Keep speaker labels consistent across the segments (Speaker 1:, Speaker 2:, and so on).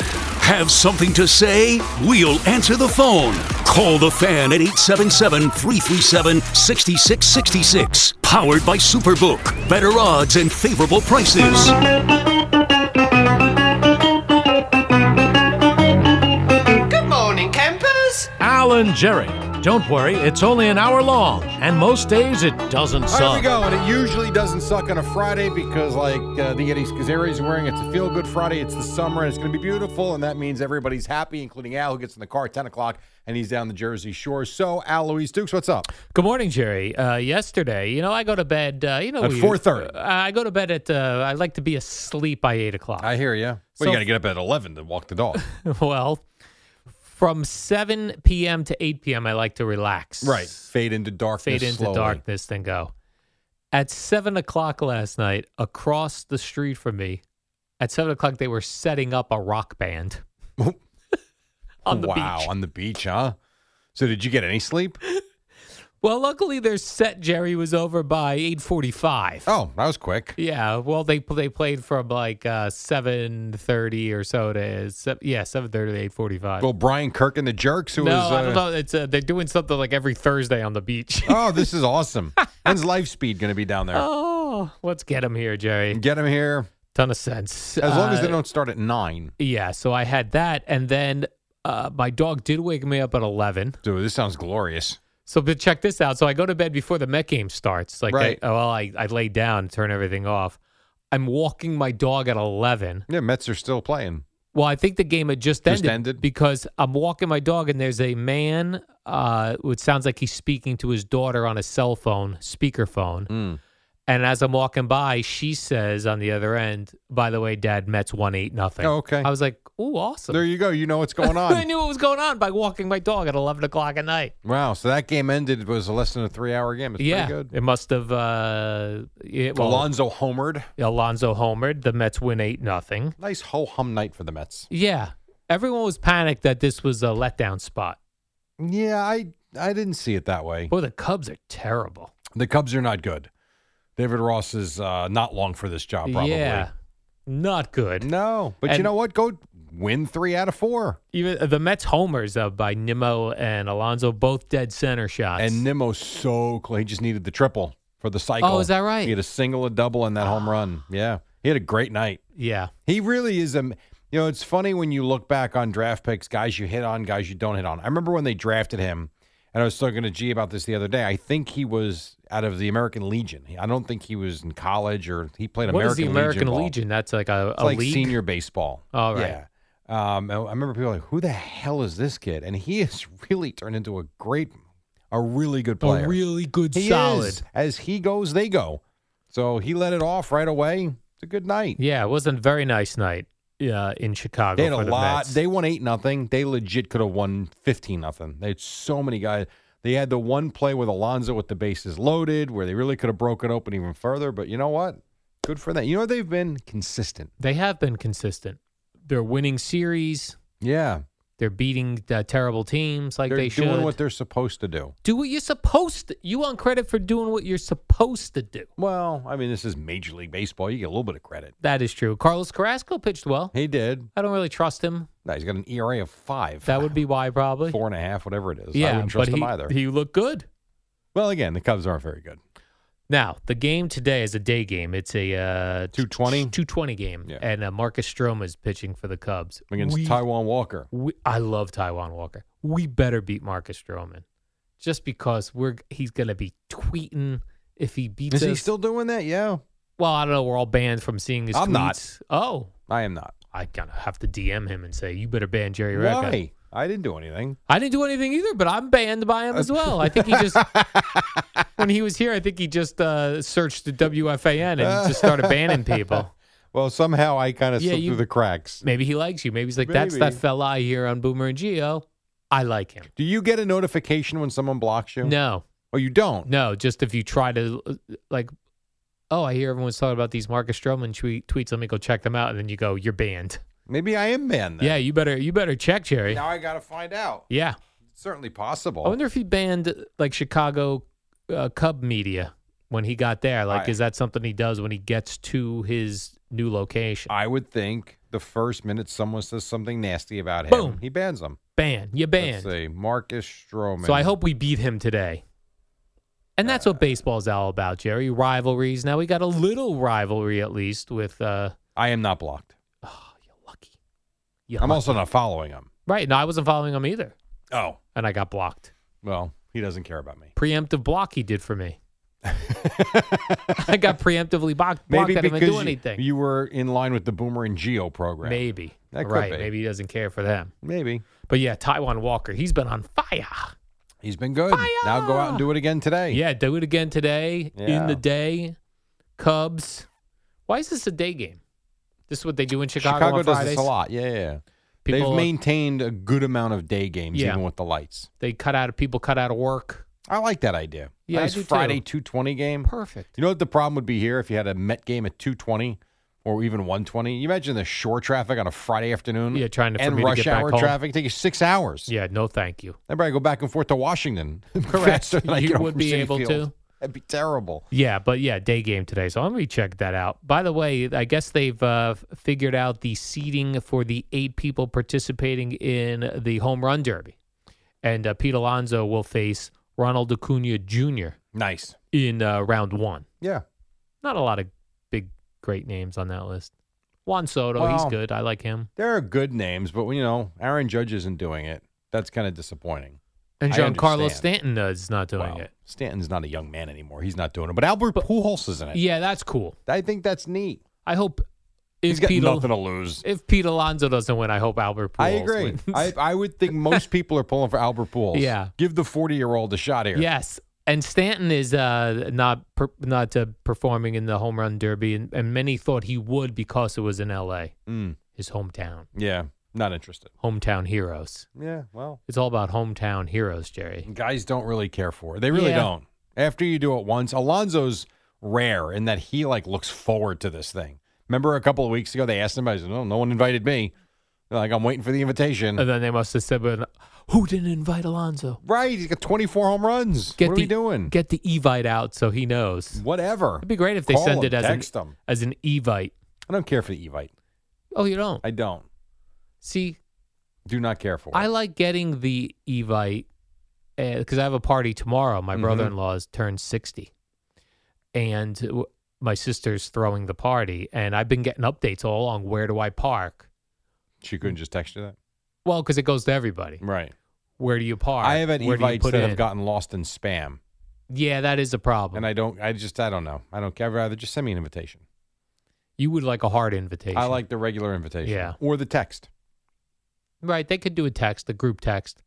Speaker 1: Have something to say? We'll answer the phone. Call the fan at 877 337 6666. Powered by Superbook. Better odds and favorable prices.
Speaker 2: Good morning, campers.
Speaker 3: Alan Jerry. Don't worry, it's only an hour long, and most days it doesn't
Speaker 4: All right,
Speaker 3: suck.
Speaker 4: we go. And it usually doesn't suck on a Friday because, like, uh, the Eddie Scazzeri is wearing, it's a feel good Friday. It's the summer and it's going to be beautiful. And that means everybody's happy, including Al, who gets in the car at 10 o'clock and he's down the Jersey Shore. So, Al Louise Dukes, what's up?
Speaker 5: Good morning, Jerry. Uh, yesterday, you know, I go to bed. Uh, you know,
Speaker 4: At
Speaker 5: we-
Speaker 4: 4:30.
Speaker 5: uh, I go to bed at. Uh, I like to be asleep by eight o'clock.
Speaker 4: I hear you. Well,
Speaker 5: So-
Speaker 4: you got to get up at 11 to walk the dog.
Speaker 5: well, from seven p.m. to eight p.m., I like to relax.
Speaker 4: right. Fade into darkness.
Speaker 5: Fade into
Speaker 4: slowly.
Speaker 5: darkness and go. At seven o'clock last night, across the street from me, at seven o'clock they were setting up a rock band on the
Speaker 4: wow,
Speaker 5: beach.
Speaker 4: on the beach, huh? So, did you get any sleep?
Speaker 5: Well, luckily their set Jerry was over by eight forty-five.
Speaker 4: Oh, that was quick.
Speaker 5: Yeah, well, they they played from like uh, seven thirty or so to se- yeah seven thirty to eight forty five.
Speaker 4: Well, Brian Kirk and the Jerks, who
Speaker 5: no,
Speaker 4: was.
Speaker 5: I don't
Speaker 4: uh,
Speaker 5: know. It's uh, they're doing something like every Thursday on the beach.
Speaker 4: Oh, this is awesome. When's Life Speed going to be down there?
Speaker 5: oh, let's get them here, Jerry.
Speaker 4: Get him here.
Speaker 5: Ton of sense.
Speaker 4: As long as
Speaker 5: Uh,
Speaker 4: they don't start at 9.
Speaker 5: Yeah, so I had that, and then uh, my dog did wake me up at eleven.
Speaker 4: Dude, this sounds glorious.
Speaker 5: So but check this out. So I go to bed before the Met game starts. Like,
Speaker 4: Right.
Speaker 5: I, well, I I lay down, turn everything off. I'm walking my dog at eleven.
Speaker 4: Yeah, Mets are still playing.
Speaker 5: Well, I think the game had just
Speaker 4: Just
Speaker 5: ended,
Speaker 4: ended?
Speaker 5: because I'm walking my dog and there's a man uh it sounds like he's speaking to his daughter on a cell phone, speakerphone.
Speaker 4: Hmm.
Speaker 5: And as I'm walking by, she says on the other end, by the way, Dad, Mets one eight nothing.
Speaker 4: Oh, okay.
Speaker 5: I was like, Ooh, awesome.
Speaker 4: There you go. You know what's going
Speaker 5: I
Speaker 4: on.
Speaker 5: knew what was going on by walking my dog at eleven o'clock at night.
Speaker 4: wow. So that game ended. It was less than a three hour game. It's
Speaker 5: yeah.
Speaker 4: pretty good.
Speaker 5: It must have uh it, well,
Speaker 4: Alonzo homered.
Speaker 5: Alonzo homered, the Mets win eight nothing.
Speaker 4: Nice ho hum night for the Mets.
Speaker 5: Yeah. Everyone was panicked that this was a letdown spot.
Speaker 4: Yeah, I I didn't see it that way.
Speaker 5: Boy, the Cubs are terrible.
Speaker 4: The Cubs are not good. David Ross is uh, not long for this job, probably.
Speaker 5: Yeah, not good.
Speaker 4: No, but you
Speaker 5: And-
Speaker 4: know what? Go win three out of four.
Speaker 5: Even the Mets homers uh, by Nimmo and Alonso, both dead center shots.
Speaker 4: And Nimmo so close. He just needed the triple for the cycle.
Speaker 5: is that right?
Speaker 4: He had a single, a double, and that home run. Yeah, he had a great night.
Speaker 5: yeah,
Speaker 4: He really is a. You know, it's funny when you look back on draft picks, guys you hit on, guys you don't hit on. I remember when they drafted him, and I was talking to G about this the other day. I think he was out of the American Legion. I don't think he was in college or he played
Speaker 5: what
Speaker 4: American
Speaker 5: is the American
Speaker 4: ball.
Speaker 5: Legion? That's like a,
Speaker 4: It's
Speaker 5: a
Speaker 4: like
Speaker 5: league?
Speaker 4: senior baseball.
Speaker 5: All right.
Speaker 4: Yeah. Um, I I remember people like, who the hell is this kid? And he has really turned into a great, a really good player.
Speaker 5: a really good
Speaker 4: he
Speaker 5: solid.
Speaker 4: is. As he goes, they go. So he let it off right away. It's a good night.
Speaker 5: Yeah, it wasn't a very nice night uh, in Chicago.
Speaker 4: They had
Speaker 5: for
Speaker 4: a
Speaker 5: the
Speaker 4: lot.
Speaker 5: Mets.
Speaker 4: They won eight nothing. They legit could have won fifteen nothing. They had so many guys. They had the one play with Alonzo with the bases loaded, where they really could have broken open even further. But you know what? Good for them. You know they've been consistent.
Speaker 5: They have been consistent. They're winning series.
Speaker 4: Yeah,
Speaker 5: They're beating uh, terrible teams like
Speaker 4: they're
Speaker 5: they should.
Speaker 4: doing what they're supposed to do.
Speaker 5: Do what you're supposed to. You want credit for doing what you're supposed to do.
Speaker 4: Well, I mean, this is Major League Baseball. You get a little bit of credit.
Speaker 5: That is true. Carlos Carrasco pitched well.
Speaker 4: He did.
Speaker 5: I don't really trust him.
Speaker 4: No, he's got an ERA of five.
Speaker 5: That would be why, probably.
Speaker 4: four and a half, whatever it is. I
Speaker 5: yeah,
Speaker 4: wouldn't trust
Speaker 5: but
Speaker 4: him
Speaker 5: he,
Speaker 4: either.
Speaker 5: he looked good.
Speaker 4: well, again, the Cubs aren't very good.
Speaker 5: Now, the game today is a day game. It's a uh,
Speaker 4: 220?
Speaker 5: 220 game.
Speaker 4: Yeah.
Speaker 5: And uh, Marcus Stroman is pitching for the Cubs.
Speaker 4: Against
Speaker 5: we,
Speaker 4: Taiwan Walker.
Speaker 5: we- I love Taiwan Walker. We better beat Marcus Stroman just because we're he's going to be tweeting if he beats
Speaker 4: Is he
Speaker 5: us.
Speaker 4: still doing that? Yeah.
Speaker 5: well, I don't know. We're all banned from seeing his
Speaker 4: I'm not.
Speaker 5: tweets. Oh,
Speaker 4: I am not.
Speaker 5: I kind of have to DM him and say, you better ban Jerry Recca.
Speaker 4: Why? I didn't do anything.
Speaker 5: I didn't do anything either, but I'm banned by him as well. I think he just when he was here, I think he just uh, searched the WFAN and just started banning people.
Speaker 4: Well, somehow I kind of
Speaker 5: Yeah,
Speaker 4: slipped
Speaker 5: you-
Speaker 4: through the cracks.
Speaker 5: Maybe he likes you. Maybe he's like, that's that
Speaker 4: Maybe.
Speaker 5: fella I hear on Boomer and Geo. I like him.
Speaker 4: Do you get a notification when someone blocks you?
Speaker 5: No,
Speaker 4: Oh, you don't?
Speaker 5: no, just if you try to uh, like, oh, I hear everyone's talking about these Marcus Stroman tweet- tweets. Let me go check them out, and then you go, you're banned.
Speaker 4: Maybe I am banned then.
Speaker 5: Yeah, you better you better check, Jerry.
Speaker 4: Now I got to find out.
Speaker 5: Yeah,
Speaker 4: It's certainly possible.
Speaker 5: I wonder if he banned like Chicago uh, Cub media when he got there. Like,
Speaker 4: Right.
Speaker 5: is that something he does when he gets to his new location?
Speaker 4: I would think the first minute someone says something nasty about him,
Speaker 5: Boom.
Speaker 4: he bans them.
Speaker 5: Ban, you
Speaker 4: Let's
Speaker 5: banned.
Speaker 4: see. Marcus Stroman.
Speaker 5: So I hope we beat him today. And that's
Speaker 4: Uh,
Speaker 5: what baseball's all about, Jerry. Rivalries. Now we got a little rivalry at least with uh oh,
Speaker 4: I am not blocked.
Speaker 5: Lucky. You
Speaker 4: I'm
Speaker 5: lucky.
Speaker 4: also not following him.
Speaker 5: right. No, I wasn't following him either,
Speaker 4: Oh,
Speaker 5: and I got blocked.
Speaker 4: well, he doesn't care about me.
Speaker 5: Preemptive block he did for me. I got preemptively blocked. blocked.
Speaker 4: Maybe
Speaker 5: I didn't
Speaker 4: because
Speaker 5: even do
Speaker 4: you-
Speaker 5: anything.
Speaker 4: You, were in line with the Boomer and Geo program.
Speaker 5: Maybe.
Speaker 4: That could
Speaker 5: right.
Speaker 4: be.
Speaker 5: Maybe he doesn't care for them.
Speaker 4: Maybe.
Speaker 5: But yeah, Taiwan Walker, he's been on fire.
Speaker 4: He's been good. Now go out and do it again today.
Speaker 5: Yeah, do it again today in
Speaker 4: Yeah.
Speaker 5: the day. Cubs. Why is this a day game? This is what they do in Chicago,
Speaker 4: Chicago,
Speaker 5: on
Speaker 4: does
Speaker 5: Fridays.
Speaker 4: this a lot. Yeah, yeah, yeah.
Speaker 5: People, uh,
Speaker 4: They've maintained a good amount of day games,
Speaker 5: Yeah.
Speaker 4: even with the lights.
Speaker 5: they cut out people cut out of work.
Speaker 4: I like that idea.
Speaker 5: Yeah, I
Speaker 4: nice
Speaker 5: do too.
Speaker 4: Friday two twenty game.
Speaker 5: Perfect.
Speaker 4: You know what the problem would be here if you had a Met game at two twenty or even one twenty. You imagine the shore traffic on a Friday afternoon.
Speaker 5: Yeah, trying to- for
Speaker 4: and
Speaker 5: me to
Speaker 4: rush
Speaker 5: get back
Speaker 4: hour
Speaker 5: home.
Speaker 4: traffic take you six hours.
Speaker 5: Yeah, no thank you.
Speaker 4: everybody go back and forth to Washington.
Speaker 5: Correct.
Speaker 4: faster than I
Speaker 5: You
Speaker 4: get home
Speaker 5: would
Speaker 4: from
Speaker 5: be
Speaker 4: Citi
Speaker 5: able
Speaker 4: Field.
Speaker 5: to.
Speaker 4: That'd be terrible.
Speaker 5: Yeah, but yeah, day game today. So I'm going to check that out. By the way, I guess they've uh, f- figured out the seating for the eight people participating in the home run derby. And uh, Pete Alonso will face Ronald Acuna Jr.
Speaker 4: Nice.
Speaker 5: in uh, round one.
Speaker 4: Yeah.
Speaker 5: Not a lot of big, great names on that list. Juan Soto, he's
Speaker 4: Well-
Speaker 5: good. I like him.
Speaker 4: There are good names, but you know, Aaron Judge isn't doing it. That's kind of disappointing.
Speaker 5: And
Speaker 4: I
Speaker 5: Giancarlo
Speaker 4: understand.
Speaker 5: Stanton uh, is not doing
Speaker 4: Wow.
Speaker 5: it.
Speaker 4: Stanton's not a young man anymore. He's not doing it. But Albert Pujols is in it.
Speaker 5: Yeah, that's cool.
Speaker 4: I think that's neat.
Speaker 5: I hope
Speaker 4: He's
Speaker 5: if
Speaker 4: got
Speaker 5: Pete, Al-
Speaker 4: nothing to lose.
Speaker 5: if Pete Alonso doesn't win, I hope Albert Pujols
Speaker 4: I agree.
Speaker 5: wins.
Speaker 4: I, I would think most people are pulling for Albert Pujols.
Speaker 5: Yeah.
Speaker 4: Give the 40 year old a shot here.
Speaker 5: Yes. And Stanton is uh, not per, not uh, performing in the home run derby, and, and many thought he would because it was in L.A.,
Speaker 4: Mm,
Speaker 5: his hometown,
Speaker 4: yeah. Not interested.
Speaker 5: hometown heroes.
Speaker 4: Yeah. Well,
Speaker 5: It's all about hometown heroes, Jerry.
Speaker 4: guys don't really care for it. They really
Speaker 5: Yeah.
Speaker 4: don't. After you do it once, Alonzo's rare in that he like looks forward to this thing. Remember a couple of weeks ago, they asked him, I said, no, no one invited me. They're like, I'm waiting for the invitation.
Speaker 5: And then they must have said, "But "Who didn't invite Alonzo?
Speaker 4: right. He's got 24 home runs.
Speaker 5: Get
Speaker 4: what are
Speaker 5: the,
Speaker 4: we doing?
Speaker 5: Get the evite out so he knows.
Speaker 4: Whatever.
Speaker 5: It'd be great if they
Speaker 4: Call
Speaker 5: send
Speaker 4: him,
Speaker 5: it as
Speaker 4: text
Speaker 5: an
Speaker 4: him.
Speaker 5: as an evite.
Speaker 4: I don't care for the Evite.
Speaker 5: Oh, you don't
Speaker 4: I don't.
Speaker 5: see.
Speaker 4: Do not care for it.
Speaker 5: I like getting the Evite because I have a party tomorrow. My
Speaker 4: Mhm.
Speaker 5: brother in law's turned 60, and w- my sister's throwing the party. And I've been getting updates all along where do I park?
Speaker 4: She couldn't just text you that.
Speaker 5: Well, because it goes to everybody.
Speaker 4: Right.
Speaker 5: Where do you park?
Speaker 4: Mm. I have had
Speaker 5: where do you
Speaker 4: evites
Speaker 5: put
Speaker 4: that
Speaker 5: in?
Speaker 4: have gotten lost in spam,
Speaker 5: Yeah, that is a problem.
Speaker 4: and I don't. I just. I don't know. I don't care. I'd rather just send me an invitation.
Speaker 5: you would like a hard invitation.
Speaker 4: I like the regular invitation.
Speaker 5: Yeah.
Speaker 4: Or the text.
Speaker 5: Right. They could do a text, a group text.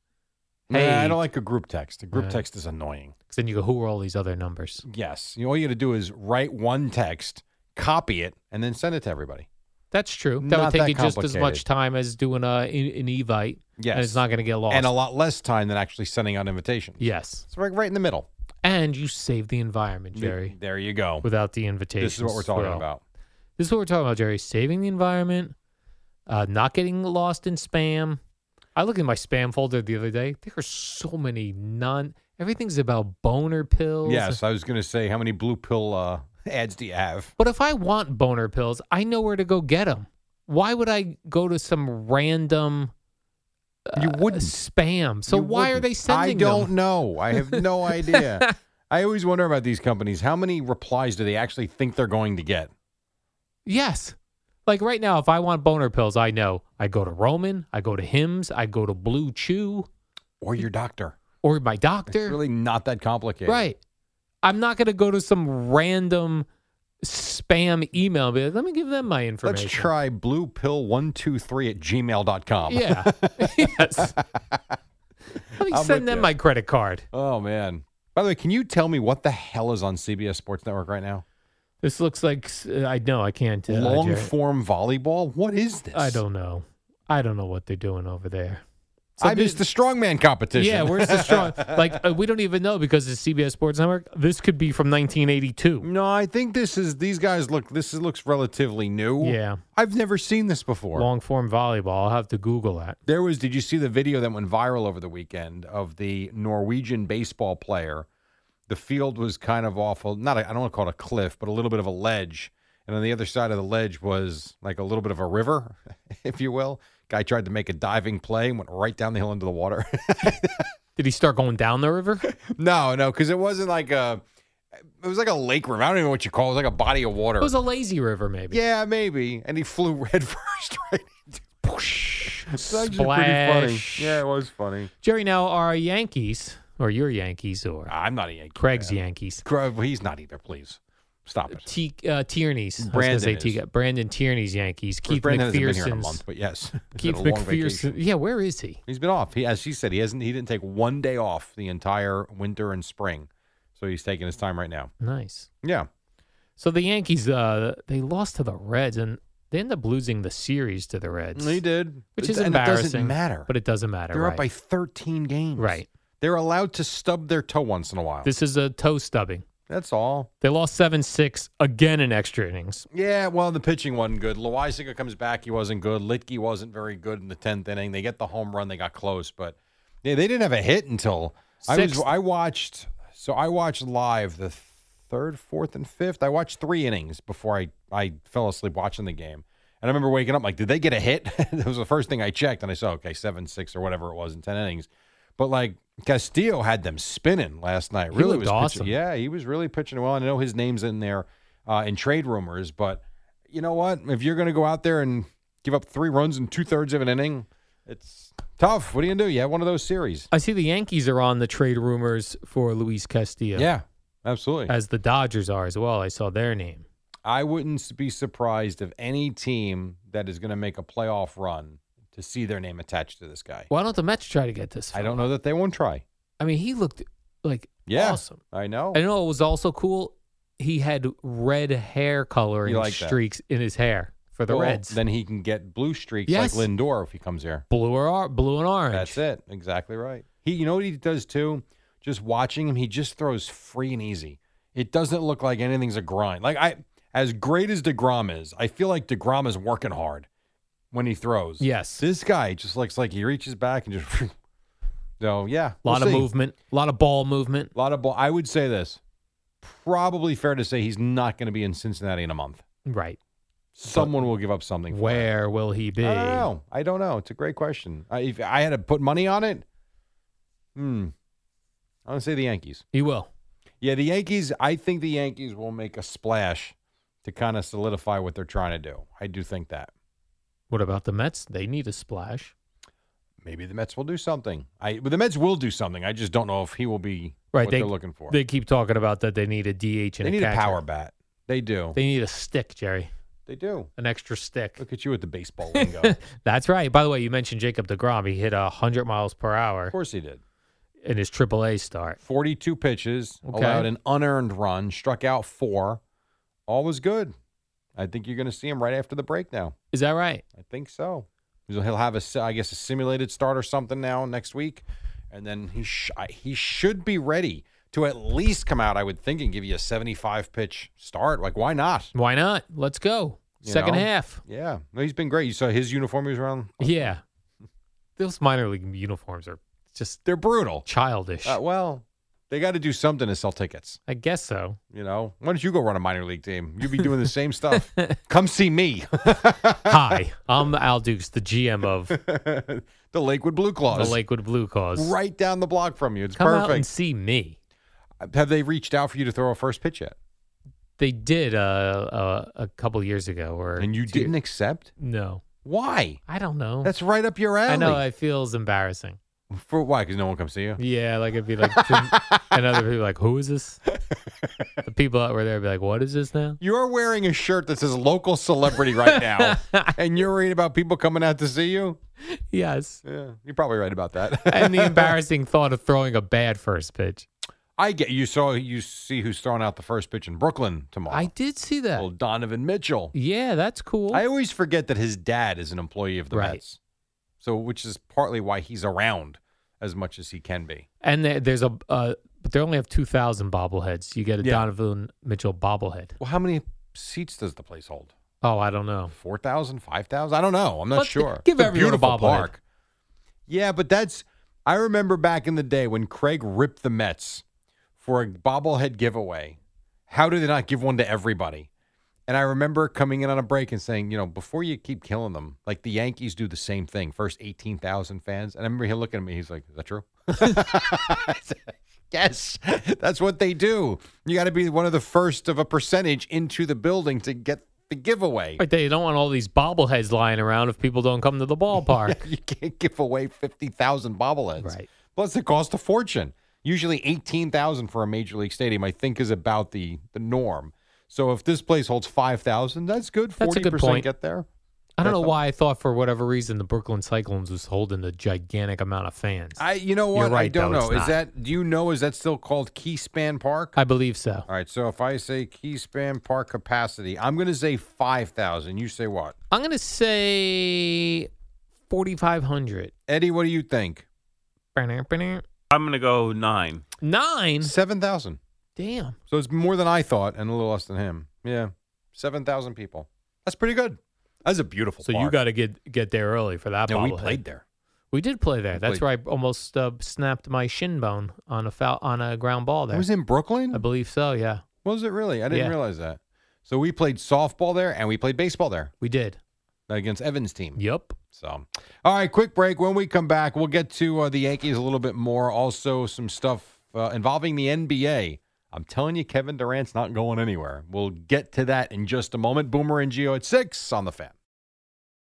Speaker 4: Nah, I
Speaker 5: Hey.
Speaker 4: don't like a group text. A group
Speaker 5: Yeah.
Speaker 4: text is annoying.
Speaker 5: Because then you go, who are all these other numbers?
Speaker 4: Yes. You know, all you got to do is write one text, copy it, and then send it to everybody.
Speaker 5: That's true. That
Speaker 4: Not
Speaker 5: would take
Speaker 4: that
Speaker 5: you just as much
Speaker 4: complicated.
Speaker 5: time as doing a, an Evite.
Speaker 4: Yes.
Speaker 5: And it's not going to get lost.
Speaker 4: And a lot less time than actually sending out invitations.
Speaker 5: Yes.
Speaker 4: It's right, right in the middle.
Speaker 5: And you save the environment, Jerry,
Speaker 4: There you go.
Speaker 5: without the invitation.
Speaker 4: This is what we're talking about.
Speaker 5: This is what we're talking about, Jerry. Saving the environment, uh, not getting lost in spam, I looked in my spam folder the other day. There are so many non. Everything's about boner pills.
Speaker 4: Yes, I was going to say, how many blue pill uh, ads do you have?
Speaker 5: But if I want boner pills, I know where to go get them. Why would I go to some random
Speaker 4: You wouldn't.
Speaker 5: spam? Uh, So
Speaker 4: You
Speaker 5: why are
Speaker 4: wouldn't.
Speaker 5: they sending
Speaker 4: I don't
Speaker 5: them?
Speaker 4: know. I have no idea. I always wonder about these companies. How many replies do they actually think they're going to get?
Speaker 5: Yes. Like right now, if I want boner pills, I know I go to Roman, I go to Hims, I go to Blue Chew
Speaker 4: Or your doctor?
Speaker 5: or my
Speaker 4: It's
Speaker 5: doctor.
Speaker 4: really not that complicated.
Speaker 5: Right. I'm not going to go to some random spam email. and be like, Let me give them my
Speaker 4: Let's
Speaker 5: information.
Speaker 4: try bluepill123 at gmail.com.
Speaker 5: Yeah. yes. Let me
Speaker 4: I'm with
Speaker 5: send them
Speaker 4: you.
Speaker 5: my credit card.
Speaker 4: Oh, man. By the way, can you tell me what the hell is on CBS Sports Network right now?
Speaker 5: This looks like s- I know I can't. Uh,
Speaker 4: Long
Speaker 5: Jerry.
Speaker 4: form volleyball? What is this?
Speaker 5: I don't know. I don't know what they're doing over there.
Speaker 4: I missed the strongman competition.
Speaker 5: Yeah, where's the strong? like uh, we don't even know because it's CBS Sports Network. This could be from 1982.
Speaker 4: No, I think this is these guys look. This is, looks relatively new.
Speaker 5: Yeah,
Speaker 4: I've never seen this before.
Speaker 5: long form volleyball. I'll have to Google that.
Speaker 4: There was, did you see the video that went viral over the weekend of the Norwegian baseball player? The field was kind of awful. Not, I I don't want to call it a cliff, but a little bit of a ledge. And on the other side of the ledge was like a little bit of a river, if you will. Guy tried to make a diving play and went right down the hill into the water.
Speaker 5: Did he start going down the river? It
Speaker 4: no, no, because it wasn't like a, it was like a lake river. I don't even know what you call it. It was like a body of water.
Speaker 5: was a lazy river, maybe.
Speaker 4: yeah, maybe. And he flew head first right into Poosh.
Speaker 5: Splash.
Speaker 4: Yeah, it was funny.
Speaker 5: Jerry, now our Yankees or your Yankees or
Speaker 4: I'm not a Yankee.
Speaker 5: Craig's Yankees?
Speaker 4: Gro- he's not either. Please stop it.
Speaker 5: T, uh, Tierney's. I was gonna
Speaker 4: Brandon
Speaker 5: say
Speaker 4: is.
Speaker 5: Teague- Brandon Tierney's Yankees. Keith
Speaker 4: Brandon hasn't been here in a
Speaker 5: McPherson's-
Speaker 4: month, but yes, He's been
Speaker 5: Keith
Speaker 4: on a long vacation.
Speaker 5: McPherson. Yeah, where is he?
Speaker 4: He's been off. He, as she said, he hasn't. He didn't take one day off the entire winter and spring, so he's taking his time right now.
Speaker 5: Nice.
Speaker 4: Yeah,
Speaker 5: So the Yankees, uh, they lost to the Reds, and they end up losing the series to the Reds,
Speaker 4: he did,
Speaker 5: which is
Speaker 4: and
Speaker 5: embarrassing.
Speaker 4: It doesn't matter,
Speaker 5: but it doesn't matter.
Speaker 4: they're
Speaker 5: right?
Speaker 4: up by 13 games.
Speaker 5: Right.
Speaker 4: They're allowed to stub their toe once in a while.
Speaker 5: This is a toe stubbing.
Speaker 4: That's all.
Speaker 5: They lost seven six again in extra innings.
Speaker 4: Yeah, well, the pitching wasn't good. Loisaga comes back. He wasn't good. Litke wasn't very good in the tenth inning. They get the home run. They got close, but yeah, they didn't have a hit until I was.
Speaker 5: Sixth.
Speaker 4: I watched. So I watched live the third, fourth, and fifth. I watched three innings before I I fell asleep watching the game. And I remember waking up like, did they get a hit? that was the first thing I checked, and I saw okay, seven, six, or whatever it was in ten innings. But like Castillo had them spinning last night.
Speaker 5: He
Speaker 4: Really
Speaker 5: looked
Speaker 4: was
Speaker 5: awesome.
Speaker 4: Pitching. Yeah, he was really pitching well. I know his name's in there uh, in trade rumors, but you know what? If you're going to go out there and give up three runs in two thirds of an inning, it's tough. What are you going to do? You have one of those series.
Speaker 5: I see the Yankees are on the trade rumors for Luis Castillo,
Speaker 4: Yeah, absolutely.
Speaker 5: as the Dodgers are as well. I saw their name.
Speaker 4: I wouldn't be surprised if any team that is going to make a playoff run to see their name attached to this guy.
Speaker 5: Why don't the Mets try to get this?
Speaker 4: I don't
Speaker 5: fella?
Speaker 4: know that they won't try.
Speaker 5: I mean, he looked like
Speaker 4: Yeah,
Speaker 5: awesome.
Speaker 4: I know.
Speaker 5: I know it was also cool. He had red hair coloring
Speaker 4: You like that.
Speaker 5: streaks in his hair for the
Speaker 4: Well,
Speaker 5: Reds.
Speaker 4: Then he can get blue streaks
Speaker 5: Yes.
Speaker 4: like Lindor if he comes here.
Speaker 5: blue or or blue and orange.
Speaker 4: That's it. Exactly right. He, you know what he does too? Just watching him, he just throws free and easy. It doesn't look like anything's a grind. Like I, as great as Degrom is, I feel like Degrom is working hard when he throws.
Speaker 5: Yes.
Speaker 4: this guy just looks like he reaches back and just. So yeah,
Speaker 5: A lot
Speaker 4: we'll
Speaker 5: of
Speaker 4: see.
Speaker 5: movement, a lot of ball movement.
Speaker 4: A lot of ball. I would say this. Probably fair to say he's not going to be in Cincinnati in a month.
Speaker 5: Right.
Speaker 4: Someone will give up something. For him.
Speaker 5: Where will he be?
Speaker 4: I don't know. I don't know. It's a great question. I, if I had to put money on it, hmm, I would say the Yankees.
Speaker 5: He will.
Speaker 4: Yeah, the Yankees. I think the Yankees will make a splash to kind of solidify what they're trying to do. I do think that
Speaker 5: What about the Mets? They need a splash.
Speaker 4: maybe the Mets will do something. I but the Mets will do something. I just don't know if he will be
Speaker 5: Right.
Speaker 4: What
Speaker 5: they,
Speaker 4: are looking for.
Speaker 5: They keep talking about that they need a DH and
Speaker 4: They need a
Speaker 5: catcher.
Speaker 4: power bat. They do. They,
Speaker 5: They need a stick, Jerry.
Speaker 4: do.
Speaker 5: An extra stick.
Speaker 4: Look at you with the baseball lingo. of
Speaker 5: That's right. By the way, you mentioned Jacob DeGrom. He hit 100 miles per hour
Speaker 4: course he did.
Speaker 5: in his AAA start.
Speaker 4: 42 pitches,
Speaker 5: Okay.
Speaker 4: allowed an unearned run, struck out four. All was good. I think you're going to see him right after the break now.
Speaker 5: Is that right?
Speaker 4: I think so. He'll he'll have a, si- I guess, a simulated start or something now next week, and then he sh- I- he should be ready to at least come out. I would think and give you a 75 pitch start. Like why not?
Speaker 5: Why not? Let's go.
Speaker 4: You
Speaker 5: Second
Speaker 4: know?
Speaker 5: half.
Speaker 4: Yeah, no, he's been great. You saw his uniform he was around.
Speaker 5: Yeah. those minor league uniforms are just
Speaker 4: They're brutal.
Speaker 5: childish.
Speaker 4: Uh, well, they got to do something to sell tickets.
Speaker 5: I guess so.
Speaker 4: You know, why don't you go run a minor league team? You'd be doing the same stuff. Come see me,
Speaker 5: Hi, I'm Al Dukes, the GM of the
Speaker 4: the Lakewood Blue Claws,
Speaker 5: Lakewood Blue Cause.
Speaker 4: right down the block from you. It's
Speaker 5: Come out and
Speaker 4: perfect. Uh,
Speaker 5: see me.
Speaker 4: Have they reached out for you to throw a first pitch yet?
Speaker 5: They did uh, uh, a couple years ago, or
Speaker 4: And you
Speaker 5: two-
Speaker 4: didn't accept?
Speaker 5: No,
Speaker 4: Why?
Speaker 5: I don't know.
Speaker 4: That's right up your alley.
Speaker 5: I know. It feels embarrassing.
Speaker 4: For why? Because no one comes see you.
Speaker 5: Yeah, like it'd be like, to- and other people like, who is this? The people that were there would be like, what is this now?
Speaker 4: You're wearing a shirt that says local celebrity right now, and you're worried about people coming out to see you.
Speaker 5: Yes.
Speaker 4: Yeah, you're probably right about that.
Speaker 5: And the embarrassing thought of throwing a bad first pitch.
Speaker 4: I get you. Saw you see who's throwing out the first pitch in Brooklyn tomorrow.
Speaker 5: I did see that.
Speaker 4: Well, Donovan Mitchell.
Speaker 5: Yeah, that's cool.
Speaker 4: I always forget that his dad is an employee of the
Speaker 5: Right.
Speaker 4: Mets, so which is partly why he's around as much as he can be.
Speaker 5: and there, there's a, uh, but they only have 2,000 bobbleheads. You get a
Speaker 4: Yeah.
Speaker 5: Donovan Mitchell bobblehead.
Speaker 4: Well, how many seats does the place hold?
Speaker 5: Oh, I don't know.
Speaker 4: 4,000, 5,000? I don't know. I'm not
Speaker 5: But
Speaker 4: sure.
Speaker 5: give
Speaker 4: It's a
Speaker 5: everyone a
Speaker 4: beautiful
Speaker 5: bobblehead.
Speaker 4: park. Yeah, but that's I remember back in the day when Craig ripped the Mets for a bobblehead giveaway. How did they not give one to everybody? And I remember coming in on a break and saying, you know, before you keep killing them, like the Yankees do the same thing. First 18,000 fans. And I remember he looking at me. He's like, is that true? I said, yes, that's what they do. You got to be one of the first of a percentage into the building to get the giveaway.
Speaker 5: Right there, you don't want all these bobbleheads lying around if people don't come to the ballpark.
Speaker 4: you can't give away 50,000 bobbleheads.
Speaker 5: Right.
Speaker 4: Plus, it costs a fortune. Usually 18,000 for a major league stadium, I think, is about the, the norm. So if this place holds 5,000, that's good. 40%
Speaker 5: That's a good point.
Speaker 4: get there.
Speaker 5: I
Speaker 4: That's
Speaker 5: don't know
Speaker 4: all.
Speaker 5: why I thought for whatever reason the Brooklyn Cyclones was holding a gigantic amount of fans. I,
Speaker 4: I, you know
Speaker 5: You're
Speaker 4: what? I
Speaker 5: right,
Speaker 4: don't
Speaker 5: though,
Speaker 4: know.
Speaker 5: it's
Speaker 4: Is
Speaker 5: not.
Speaker 4: that, do you know, is that still called Keyspan Park?
Speaker 5: believe so.
Speaker 4: All right. So if I say Keyspan Park capacity, I'm going to say 5,000. You say what?
Speaker 5: I'm going to say 4,500.
Speaker 4: Eddie, what do you think?
Speaker 6: I'm going to go nine.
Speaker 5: Nine?
Speaker 4: 7,000.
Speaker 5: Damn.
Speaker 4: So it's more than I thought and a little less than him. Yeah. 7,000 people. That's pretty good. That's a beautiful
Speaker 5: So you
Speaker 4: park.
Speaker 5: got to get get there early for that.
Speaker 4: Yeah, we
Speaker 5: bobblehead.
Speaker 4: played there.
Speaker 5: We did play there.
Speaker 4: We
Speaker 5: That's
Speaker 4: played-
Speaker 5: where I almost uh, snapped my shin bone on a foul on a ground ball
Speaker 4: It
Speaker 5: there.
Speaker 4: was in Brooklyn?
Speaker 5: I believe so. Yeah,
Speaker 4: was it really? I didn't
Speaker 5: Yeah.
Speaker 4: realize that. So we played softball there and we played baseball there
Speaker 5: we did.
Speaker 4: against Evan's team.
Speaker 5: Yep.
Speaker 4: So, all right, quick break. When we come back, we'll get to uh, the Yankees a little bit more. Also, some stuff uh, involving the NBA. I'm telling you, Kevin Durant's not going anywhere. We'll get to that in just a moment. Boomer and Geo at six on the fan.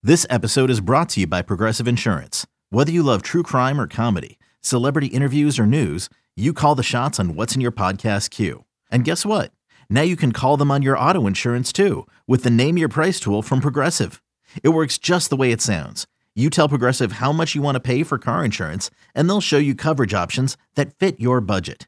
Speaker 7: This episode is brought to you by Progressive Insurance. Whether you love true crime or comedy, celebrity interviews or news, you call the shots on what's in your podcast queue. And guess what? Now you can call them on your auto insurance too with the Name Your Price tool from Progressive. It works just the way it sounds. You tell Progressive how much you want to pay for car insurance, and they'll show you coverage options that fit your budget.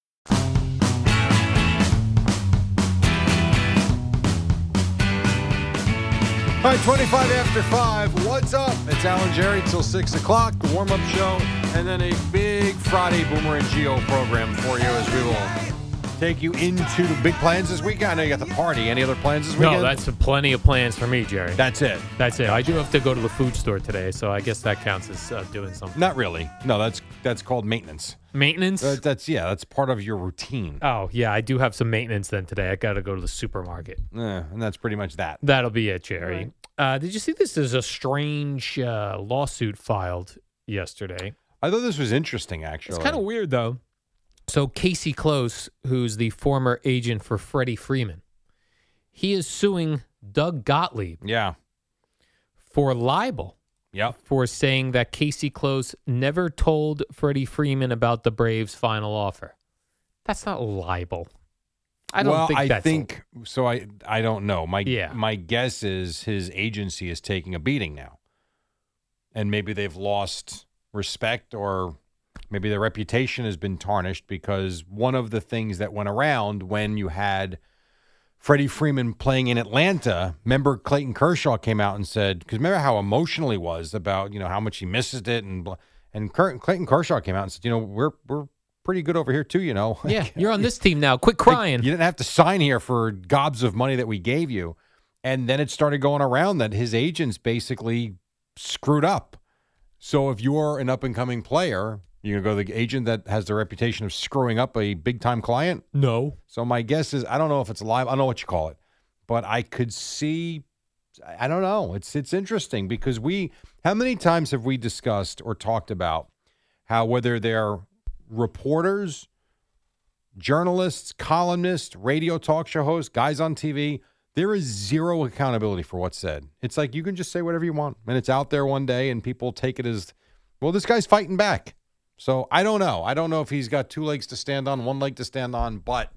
Speaker 4: All right, 25 after 5. What's up? It's Alan Jerry till 6 o'clock, the warm up show, and then a big Friday Boomer and Geo program for you as we will take you into the big plans this weekend. I know you got the party. Any other plans this weekend?
Speaker 5: No, that's a plenty of plans for me, Jerry.
Speaker 4: That's it.
Speaker 5: That's it. I do have to go to the food store today, so I guess that counts as uh, doing something.
Speaker 4: Not really. No, that's that's called maintenance.
Speaker 5: Maintenance?
Speaker 4: Uh, that's yeah, that's part of your routine.
Speaker 5: Oh yeah, I do have some maintenance then today. I got to go to the supermarket.
Speaker 4: Yeah, and that's pretty much that.
Speaker 5: That'll be it, Jerry. Uh, did you see this is a strange uh, lawsuit filed yesterday?
Speaker 4: I thought this was interesting actually.
Speaker 5: It's kind of weird though. So Casey Close, who's the former agent for Freddie Freeman, he is suing Doug Gottlieb
Speaker 4: Yeah.
Speaker 5: for libel.
Speaker 4: Yep.
Speaker 5: For saying that Casey Close never told Freddie Freeman about the Braves' final offer. That's not libel. I don't
Speaker 4: well,
Speaker 5: think
Speaker 4: I
Speaker 5: that's
Speaker 4: think so I I don't know. My
Speaker 5: Yeah.
Speaker 4: my guess is his agency is taking a beating now. And maybe they've lost respect or maybe their reputation has been tarnished because one of the things that went around when you had Freddie Freeman playing in Atlanta, remember Clayton Kershaw came out and said because remember how emotional he was about you know how much he misses it and blah, and Cur- Clayton Kershaw came out and said you know we're we're pretty good over here too you know
Speaker 5: Yeah, you're on this team now. Quit crying.
Speaker 4: you didn't have to sign here for gobs of money that we gave you. And then it started going around that his agents basically screwed up. So if you're an up and coming player, you can go to the agent that has the reputation of screwing up a big time client.
Speaker 5: No.
Speaker 4: So my guess is I don't know if it's live. I don't know what you call it, but I could see. I don't know. It's it's interesting because we how many times have we discussed or talked about how whether they're reporters, journalists, columnists, radio talk show hosts, guys on TV, there is zero accountability for what's said. It's like you can just say whatever you want and it's out there one day and people take it as well this guy's fighting back. So I don't know. I don't know if he's got two legs to stand on, one leg to stand on, but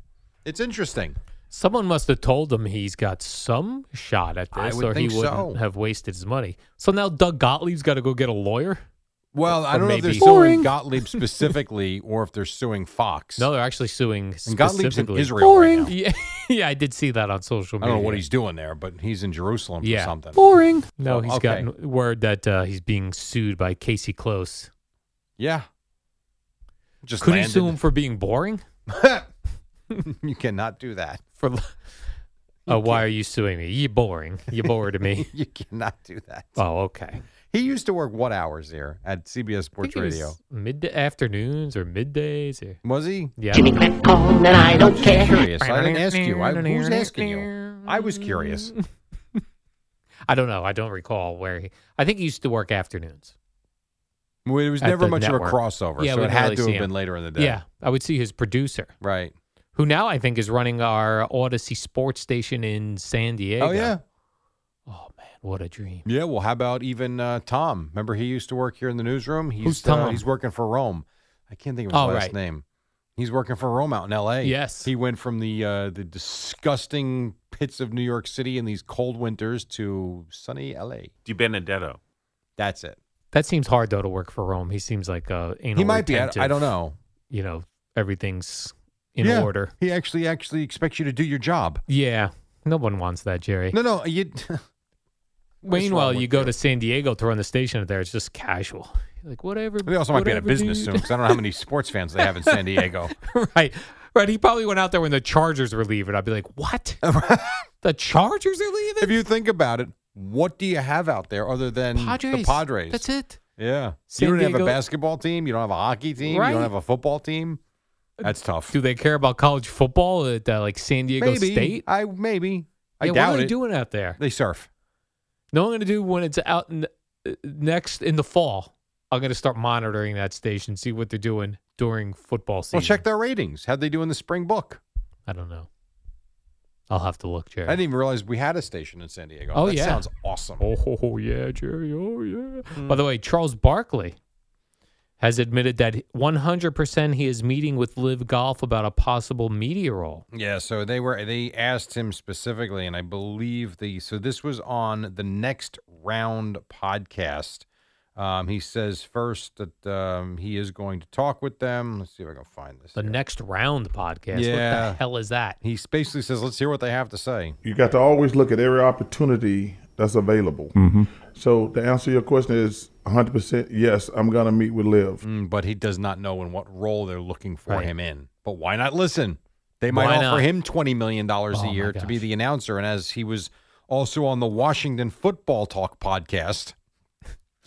Speaker 4: it's interesting.
Speaker 5: Someone must have told him he's got some shot at
Speaker 4: I
Speaker 5: this,
Speaker 4: would
Speaker 5: or he
Speaker 4: think
Speaker 5: wouldn't
Speaker 4: so.
Speaker 5: have wasted his money. So now Doug Gottlieb's got to go get a lawyer.
Speaker 4: Well, I
Speaker 5: Or
Speaker 4: don't know if they're
Speaker 5: maybe-
Speaker 4: suing
Speaker 5: Boring.
Speaker 4: Gottlieb specifically or if they're suing Fox.
Speaker 5: No, they're actually suing
Speaker 4: And Gottlieb's in
Speaker 5: specifically-
Speaker 4: Israel right now.
Speaker 5: Yeah, yeah, I did see that on social
Speaker 4: I
Speaker 5: media.
Speaker 4: don't know what he's doing there, but he's in Jerusalem
Speaker 5: yeah.
Speaker 4: for something.
Speaker 5: Boring. No,
Speaker 4: Oh,
Speaker 5: he's
Speaker 4: okay.
Speaker 5: gotten word that uh, he's being sued by Casey Close.
Speaker 4: Yeah. Just
Speaker 5: Could
Speaker 4: landed.
Speaker 5: he sue him for being boring?
Speaker 4: you cannot do that.
Speaker 5: For uh, why are you suing me? You boring. You bored me.
Speaker 4: You cannot do that.
Speaker 5: Oh, okay.
Speaker 4: He used to work what hours there at CBS
Speaker 5: I think
Speaker 4: Sports
Speaker 5: it was
Speaker 4: Radio?
Speaker 5: Mid afternoons or middays or
Speaker 4: Was he?
Speaker 5: yeah.
Speaker 2: Call and I
Speaker 4: I'm
Speaker 2: don't
Speaker 4: just
Speaker 2: care.
Speaker 4: curious. I didn't ask you. I, who's asking you? I was curious.
Speaker 5: I don't know. I don't recall where he. I think he used to work afternoons.
Speaker 4: Well, it was
Speaker 5: At
Speaker 4: never
Speaker 5: the
Speaker 4: much of
Speaker 5: network.
Speaker 4: a crossover,
Speaker 5: Yeah,
Speaker 4: so
Speaker 5: we
Speaker 4: it
Speaker 5: didn't
Speaker 4: had
Speaker 5: really
Speaker 4: to
Speaker 5: see
Speaker 4: have been
Speaker 5: him.
Speaker 4: later in the day.
Speaker 5: Yeah, I would see his producer,
Speaker 4: Right.
Speaker 5: who now I think is running our Odyssey Sports Station in San Diego.
Speaker 4: Oh, yeah.
Speaker 5: Oh man, what a dream!
Speaker 4: Yeah, well, how about even uh, Tom? Remember, he used to work here in the newsroom. He's,
Speaker 5: Who's
Speaker 4: uh,
Speaker 5: Tom?
Speaker 4: he's working for Rome. I can't think of his
Speaker 5: Oh,
Speaker 4: last
Speaker 5: right.
Speaker 4: name. He's working for Rome out in L.A.
Speaker 5: Yes.
Speaker 4: he went from the uh, the disgusting pits of New York City in these cold winters to sunny L.A.
Speaker 6: Di Benedetto.
Speaker 4: That's it.
Speaker 5: That seems hard though to work for Rome. He seems like uh, anal
Speaker 4: he might be. I, I
Speaker 5: retentive,
Speaker 4: don't know.
Speaker 5: You know, everything's in
Speaker 4: Yeah,
Speaker 5: order.
Speaker 4: He actually actually expects you to do your job.
Speaker 5: Yeah, no one wants that, Jerry.
Speaker 4: No, no, you. What's
Speaker 5: Meanwhile,
Speaker 4: wrong
Speaker 5: you
Speaker 4: with
Speaker 5: go to San Diego to run the station up there. It's just casual. You're like whatever.
Speaker 4: They also might be out of
Speaker 5: whatever,
Speaker 4: business soon
Speaker 5: dude.
Speaker 4: because I don't know how many sports fans they have in San Diego.
Speaker 5: right, right. He probably went out there when the Chargers were leaving. I'd be like, what? the Chargers are leaving?
Speaker 4: if you think about it, what do you have out there other than the Padres?
Speaker 5: That's it.
Speaker 4: Yeah.
Speaker 5: San
Speaker 4: you don't have a
Speaker 5: Diego-
Speaker 4: basketball team. You don't have a hockey team. You
Speaker 5: Right. Uh,
Speaker 4: don't have a football team. That's tough.
Speaker 5: Do they care about college football at uh, like San Diego
Speaker 4: maybe.
Speaker 5: State?
Speaker 4: I maybe. I
Speaker 5: yeah,
Speaker 4: doubt
Speaker 5: what are they
Speaker 4: it.
Speaker 5: doing out there?
Speaker 4: They surf.
Speaker 5: No, I'm going to do when it's out in, uh, next in the fall. I'm going to start monitoring that station, see what they're doing during football season.
Speaker 4: Well, check their ratings. How'd they do in the spring book?
Speaker 5: I don't know. I'll have to look, Jerry.
Speaker 4: I didn't even realize we had a station in San Diego.
Speaker 5: Oh,
Speaker 4: that
Speaker 5: yeah.
Speaker 4: sounds awesome.
Speaker 5: Oh, ho, ho, yeah, Jerry. Oh, yeah.
Speaker 4: Hmm.
Speaker 5: By the way, Charles Barkley has admitted that 100% he is meeting with Live Golf about a possible media role.
Speaker 4: Yeah, so they were they asked him specifically, and I believe the so this was on the next round podcast. Um, he says first that um, he is going to talk with them. Let's see if I can find this.
Speaker 5: The next round podcast. What
Speaker 4: Yeah.
Speaker 5: the hell is that?
Speaker 4: He basically says, "Let's hear what they have to say."
Speaker 8: You got to always look at every opportunity that's available.
Speaker 4: Mhm.
Speaker 8: So the answer to your question is 100% yes, I'm going to meet with Liv.
Speaker 4: Mm, but he does not know in what role they're looking for
Speaker 8: Right.
Speaker 4: him in. But why not listen? They might
Speaker 8: Why
Speaker 4: offer
Speaker 8: not?
Speaker 4: him twenty million dollars
Speaker 8: Oh,
Speaker 4: a
Speaker 8: my
Speaker 4: year to be the announcer, and as he was also on the Washington Football Talk podcast,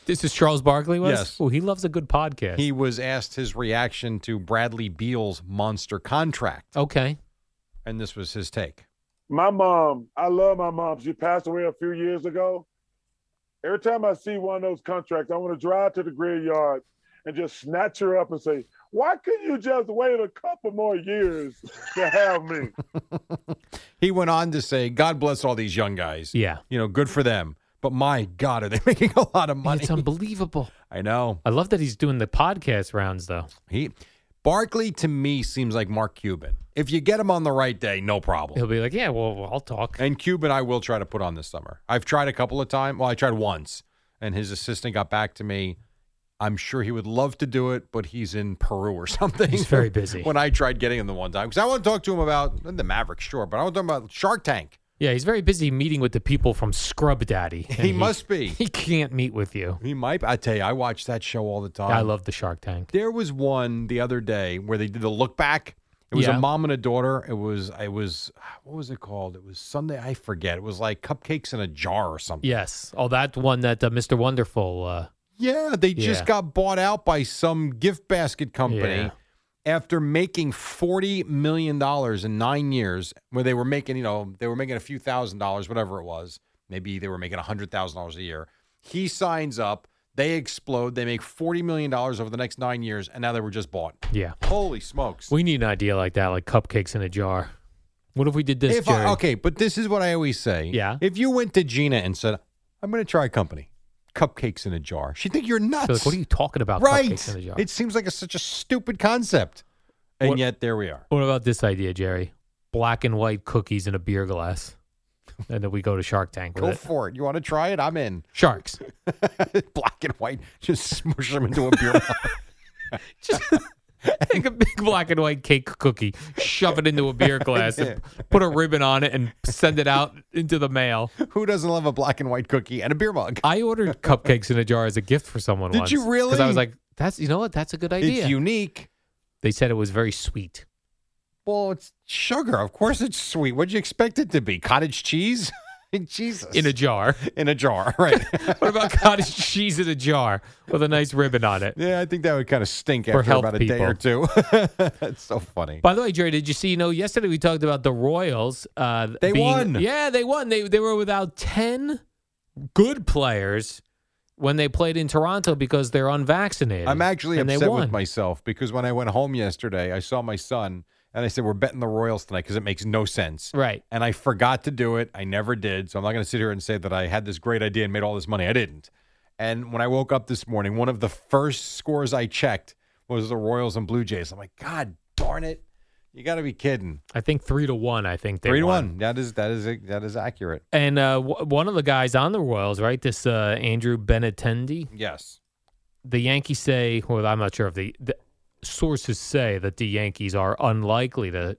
Speaker 5: This is Charles Barkley was?
Speaker 4: Yes.
Speaker 5: Oh, he loves a good podcast.
Speaker 4: he was asked his reaction to Bradley Beal's monster contract,
Speaker 8: Oh.
Speaker 5: okay.
Speaker 4: and this was his take.
Speaker 9: My mom, I love my mom. She passed away a few years ago. Every time I see one of those contracts, I want to drive to the graveyard and just snatch her up and say, "Why couldn't you just wait a couple more years to have me?"
Speaker 4: He went on to say, "God bless all these young guys.
Speaker 5: Yeah.
Speaker 4: you know, good for them. But my God, are they making a lot of money?
Speaker 5: It's um unbelievable.
Speaker 4: I know.
Speaker 5: I love that he's doing the podcast rounds though.
Speaker 4: He Barkley to me seems like Mark Cuban. If you get him on the right day, no problem.
Speaker 5: He'll be like, "Yeah, well, I'll talk."
Speaker 4: And Cuban, I will try to put on this summer. I've tried a couple of times. Well, I tried once, and his assistant got back to me. I'm sure he would love to do it, but he's in Peru or something.
Speaker 5: He's very busy.
Speaker 4: when I tried getting him the one time, because I want to talk to him about the Mavericks, sure, but I want to talk about Shark Tank.
Speaker 5: Yeah, he's very busy meeting with the people from Scrub Daddy. and
Speaker 4: He must be.
Speaker 5: He can't meet with you.
Speaker 4: He might. I tell you, I watch that show all the time.
Speaker 5: I love the Shark Tank.
Speaker 4: There was one the other day where they did the look back. It was
Speaker 5: Yeah.
Speaker 4: a mom and a daughter. It was it was what was it called? It was Sunday. I forget. It was like cupcakes in a jar or something.
Speaker 5: Yes. Oh, that one that uh, Mr. Wonderful. Uh,
Speaker 4: Yeah, they just
Speaker 5: Yeah.
Speaker 4: got bought out by some gift basket company
Speaker 5: Yeah.
Speaker 4: after making forty million dollars in nine years, where they were making you know they were making a few thousand dollars, whatever it was. Maybe they were making hundred thousand dollars a year. He signs up. They explode. They make forty million dollars over the next nine years, and now they were just bought.
Speaker 5: yeah.
Speaker 4: Holy smokes!
Speaker 5: We need an idea like that, like cupcakes in a jar. What if we did this?
Speaker 4: If I-
Speaker 5: Jerry?
Speaker 4: okay, but this is what I always say. Yeah. If you went to Gina and said, "I'm going to try a company, cupcakes in a jar," she'd think you're nuts.
Speaker 5: Be like, what are you talking about?
Speaker 4: right?
Speaker 5: Cupcakes in a jar.
Speaker 4: It seems like it's such a stupid concept, and
Speaker 5: What-
Speaker 4: yet there we are.
Speaker 5: What about this idea, Jerry? Black and white cookies in a beer glass, and then we go to Shark Tank. With
Speaker 4: Go
Speaker 5: it.
Speaker 4: for it. You want to try it? I'm in.
Speaker 5: Sharks.
Speaker 4: Black and white. Just smush them into a beer. bottle.
Speaker 5: Take a big black and white cake cookie, shove it into a beer glass, and put a ribbon on it, and send it out into the mail.
Speaker 4: Who doesn't love a black and white cookie and a beer mug?
Speaker 5: I ordered cupcakes in a jar as a gift for someone.
Speaker 4: Did you really?
Speaker 5: Because I was like, "That's you know what? That's a good idea."
Speaker 4: unique.
Speaker 5: They said it was very sweet.
Speaker 4: well, it's sugar. Of course, it's sweet. What'd you expect it to be? Cottage cheese. Jesus.
Speaker 5: In a jar.
Speaker 4: In a jar, right.
Speaker 5: what about cottage cheese in a jar with a nice ribbon on it?
Speaker 4: Yeah, I think that would kind of stink
Speaker 5: For
Speaker 4: after
Speaker 5: health
Speaker 4: about a day or two. That's so funny.
Speaker 5: By the way, Jerry, did you see? You know, yesterday we talked about the Royals. Uh,
Speaker 4: They
Speaker 5: being-
Speaker 4: won.
Speaker 5: Yeah, they won. They they were without ten good players when they played in Toronto because they're unvaccinated.
Speaker 4: I'm actually
Speaker 5: and they
Speaker 4: upset
Speaker 5: won.
Speaker 4: with myself because when I went home yesterday, I saw my son and I said, We're betting the Royals tonight because it makes no sense.
Speaker 5: Right.
Speaker 4: And I forgot to do it. I never did. So I'm not going to sit here and say that I had this great idea and made all this money. I didn't. And when I woke up this morning, one of the first scores I checked was the Royals and Blue Jays. I'm like, God darn it. You got to be kidding.
Speaker 5: I think three to one. I think they
Speaker 4: Three to
Speaker 5: won.
Speaker 4: one. That is that is that is accurate.
Speaker 5: And uh, w- one of the guys on the Royals, right? This uh, Andrew Benatendi.
Speaker 4: Yes.
Speaker 5: The Yankees say, well, I'm not sure if the, the sources say that the Yankees are unlikely to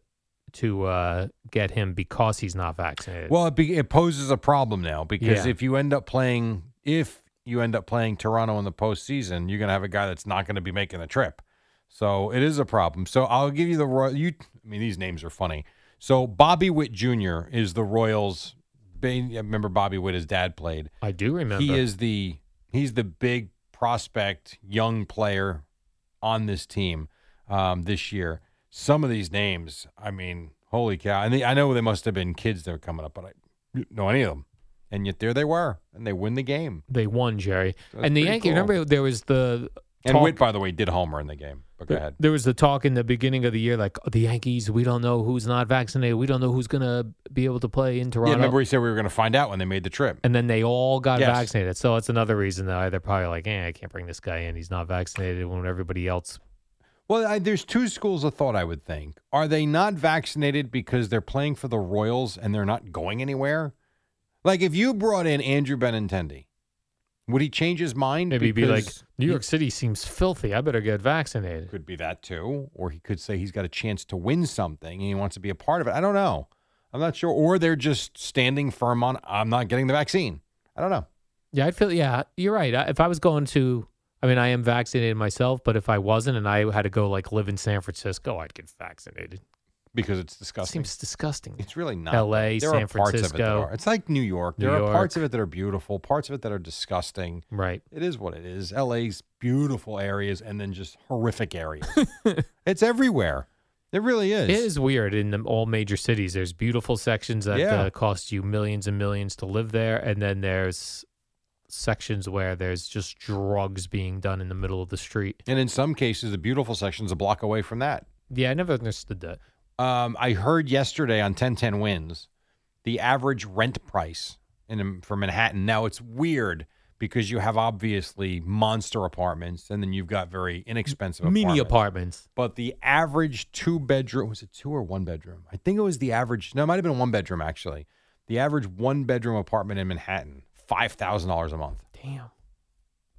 Speaker 5: to uh, get him because he's not vaccinated.
Speaker 4: Well, it, be, it poses a problem now because
Speaker 5: Yeah.
Speaker 4: if you end up playing, if you end up playing Toronto in the postseason, you're going to have a guy that's not going to be making the trip. So it is a problem. So I'll give you the Royal. You, I mean, these names are funny. So Bobby Witt Jr. is the Royals. ba- I Remember Bobby Witt? His dad played.
Speaker 5: I do remember.
Speaker 4: He is the he's the big prospect, young player on this team um, this year. Some of these names, I mean, holy cow! And they, I know they must have been kids that were coming up, but I didn't know any of them. And yet there they were, and they win the game.
Speaker 5: They won, Jerry.
Speaker 4: That's
Speaker 5: and the
Speaker 4: pretty
Speaker 5: Yankees,
Speaker 4: cool.
Speaker 5: remember there was the
Speaker 4: And
Speaker 5: talk-
Speaker 4: Witt, by the way, did homer in the game. But go
Speaker 5: there,
Speaker 4: ahead.
Speaker 5: there was the talk in the beginning of the year, like oh, the Yankees. We don't know who's not vaccinated. We don't know who's gonna be able to play in Toronto.
Speaker 4: Yeah, remember we said we were going to find out when they made the trip.
Speaker 5: and then they all got
Speaker 4: Yes.
Speaker 5: vaccinated. So that's another reason that they're probably like, eh, I can't bring this guy in. He's not vaccinated when everybody else.
Speaker 4: Well, I, there's two schools of thought I would think. Are they not vaccinated because they're playing for the Royals and they're not going anywhere? Like if you brought in Andrew Benintendi, Would he change his mind?
Speaker 5: Maybe be like,
Speaker 4: because
Speaker 5: New
Speaker 4: he-
Speaker 5: York City seems filthy. I better get vaccinated.
Speaker 4: Could be that too. Or he could say he's got a chance to win something and he wants to be a part of it. I don't know. I'm not sure. Or they're just standing firm on, I'm not getting the vaccine. I don't know.
Speaker 5: Yeah, I'd feel. Yeah, you're right. I- If I was going to, I mean, I am vaccinated myself, but if I wasn't and I had to go like live in San Francisco, I'd get vaccinated.
Speaker 4: Because it's disgusting.
Speaker 5: seems disgusting.
Speaker 4: It's really not.
Speaker 5: L.A.,
Speaker 4: There
Speaker 5: San
Speaker 4: are parts of it that
Speaker 5: Francisco.
Speaker 4: are. It's like New York.
Speaker 5: New
Speaker 4: There are parts of
Speaker 5: York.
Speaker 4: it that are beautiful, parts of it that are disgusting.
Speaker 5: Right.
Speaker 4: It is what it is. LA's beautiful areas and then just horrific areas. it's everywhere. It really is.
Speaker 5: It is weird in the, all major cities. There's beautiful sections that
Speaker 4: Yeah.
Speaker 5: uh, cost you millions and millions to live there, and then there's sections where there's just drugs being done in the middle of the street.
Speaker 4: And in some cases, the beautiful section's a block away from that.
Speaker 5: Yeah, I never understood that.
Speaker 4: Um, I heard yesterday on 1010 Wins the average rent price in for Manhattan. Now it's weird because you have obviously monster apartments and then you've got very inexpensive
Speaker 5: Mini
Speaker 4: apartments.
Speaker 5: apartments.
Speaker 4: But the average two bedroom was it two or one bedroom? I think it was the average. No, it might have been one bedroom actually. The average one bedroom apartment in Manhattan, five thousand dollars a month.
Speaker 5: Damn.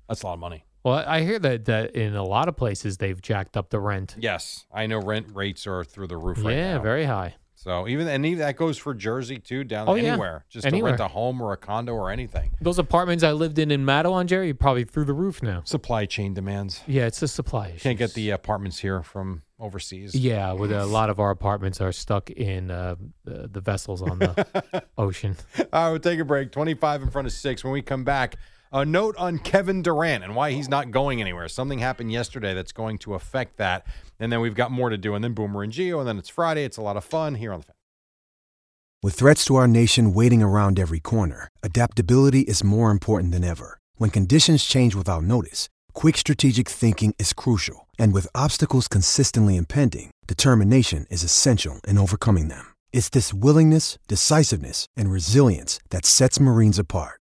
Speaker 4: That's a lot of money.
Speaker 5: Well, I hear that that in a lot of places they've jacked up the rent.
Speaker 4: Yes, I know rent rates are through the roof right
Speaker 5: yeah,
Speaker 4: now.
Speaker 5: very high.
Speaker 4: So even and even that goes for Jersey too, down
Speaker 5: Oh, yeah.
Speaker 4: anywhere, just to
Speaker 5: Anywhere.
Speaker 4: rent a home or a condo or anything.
Speaker 5: Those apartments I lived in in Matawan, Jerry, probably through the roof now.
Speaker 4: Supply chain demands.
Speaker 5: Yeah, it's a supply issue.
Speaker 4: Can't get the uh, apartments here from overseas.
Speaker 5: Yeah, with a lot of our apartments are stuck in uh, the, the vessels on the ocean.
Speaker 4: All right, we'll take a break. Twenty-five in front of six. When we come back, a note on Kevin Durant and why he's not going anywhere. Something happened yesterday that's going to affect that, and then we've got more to do. And then Boomer and Geo, and then it's Friday. It's a lot of fun here on the. Fan.
Speaker 10: With threats to our nation waiting around every corner, adaptability is more important than ever. When conditions change without notice, quick strategic thinking is crucial, and with obstacles consistently impending, determination is essential in overcoming them. It's this willingness, decisiveness, and resilience that sets Marines apart.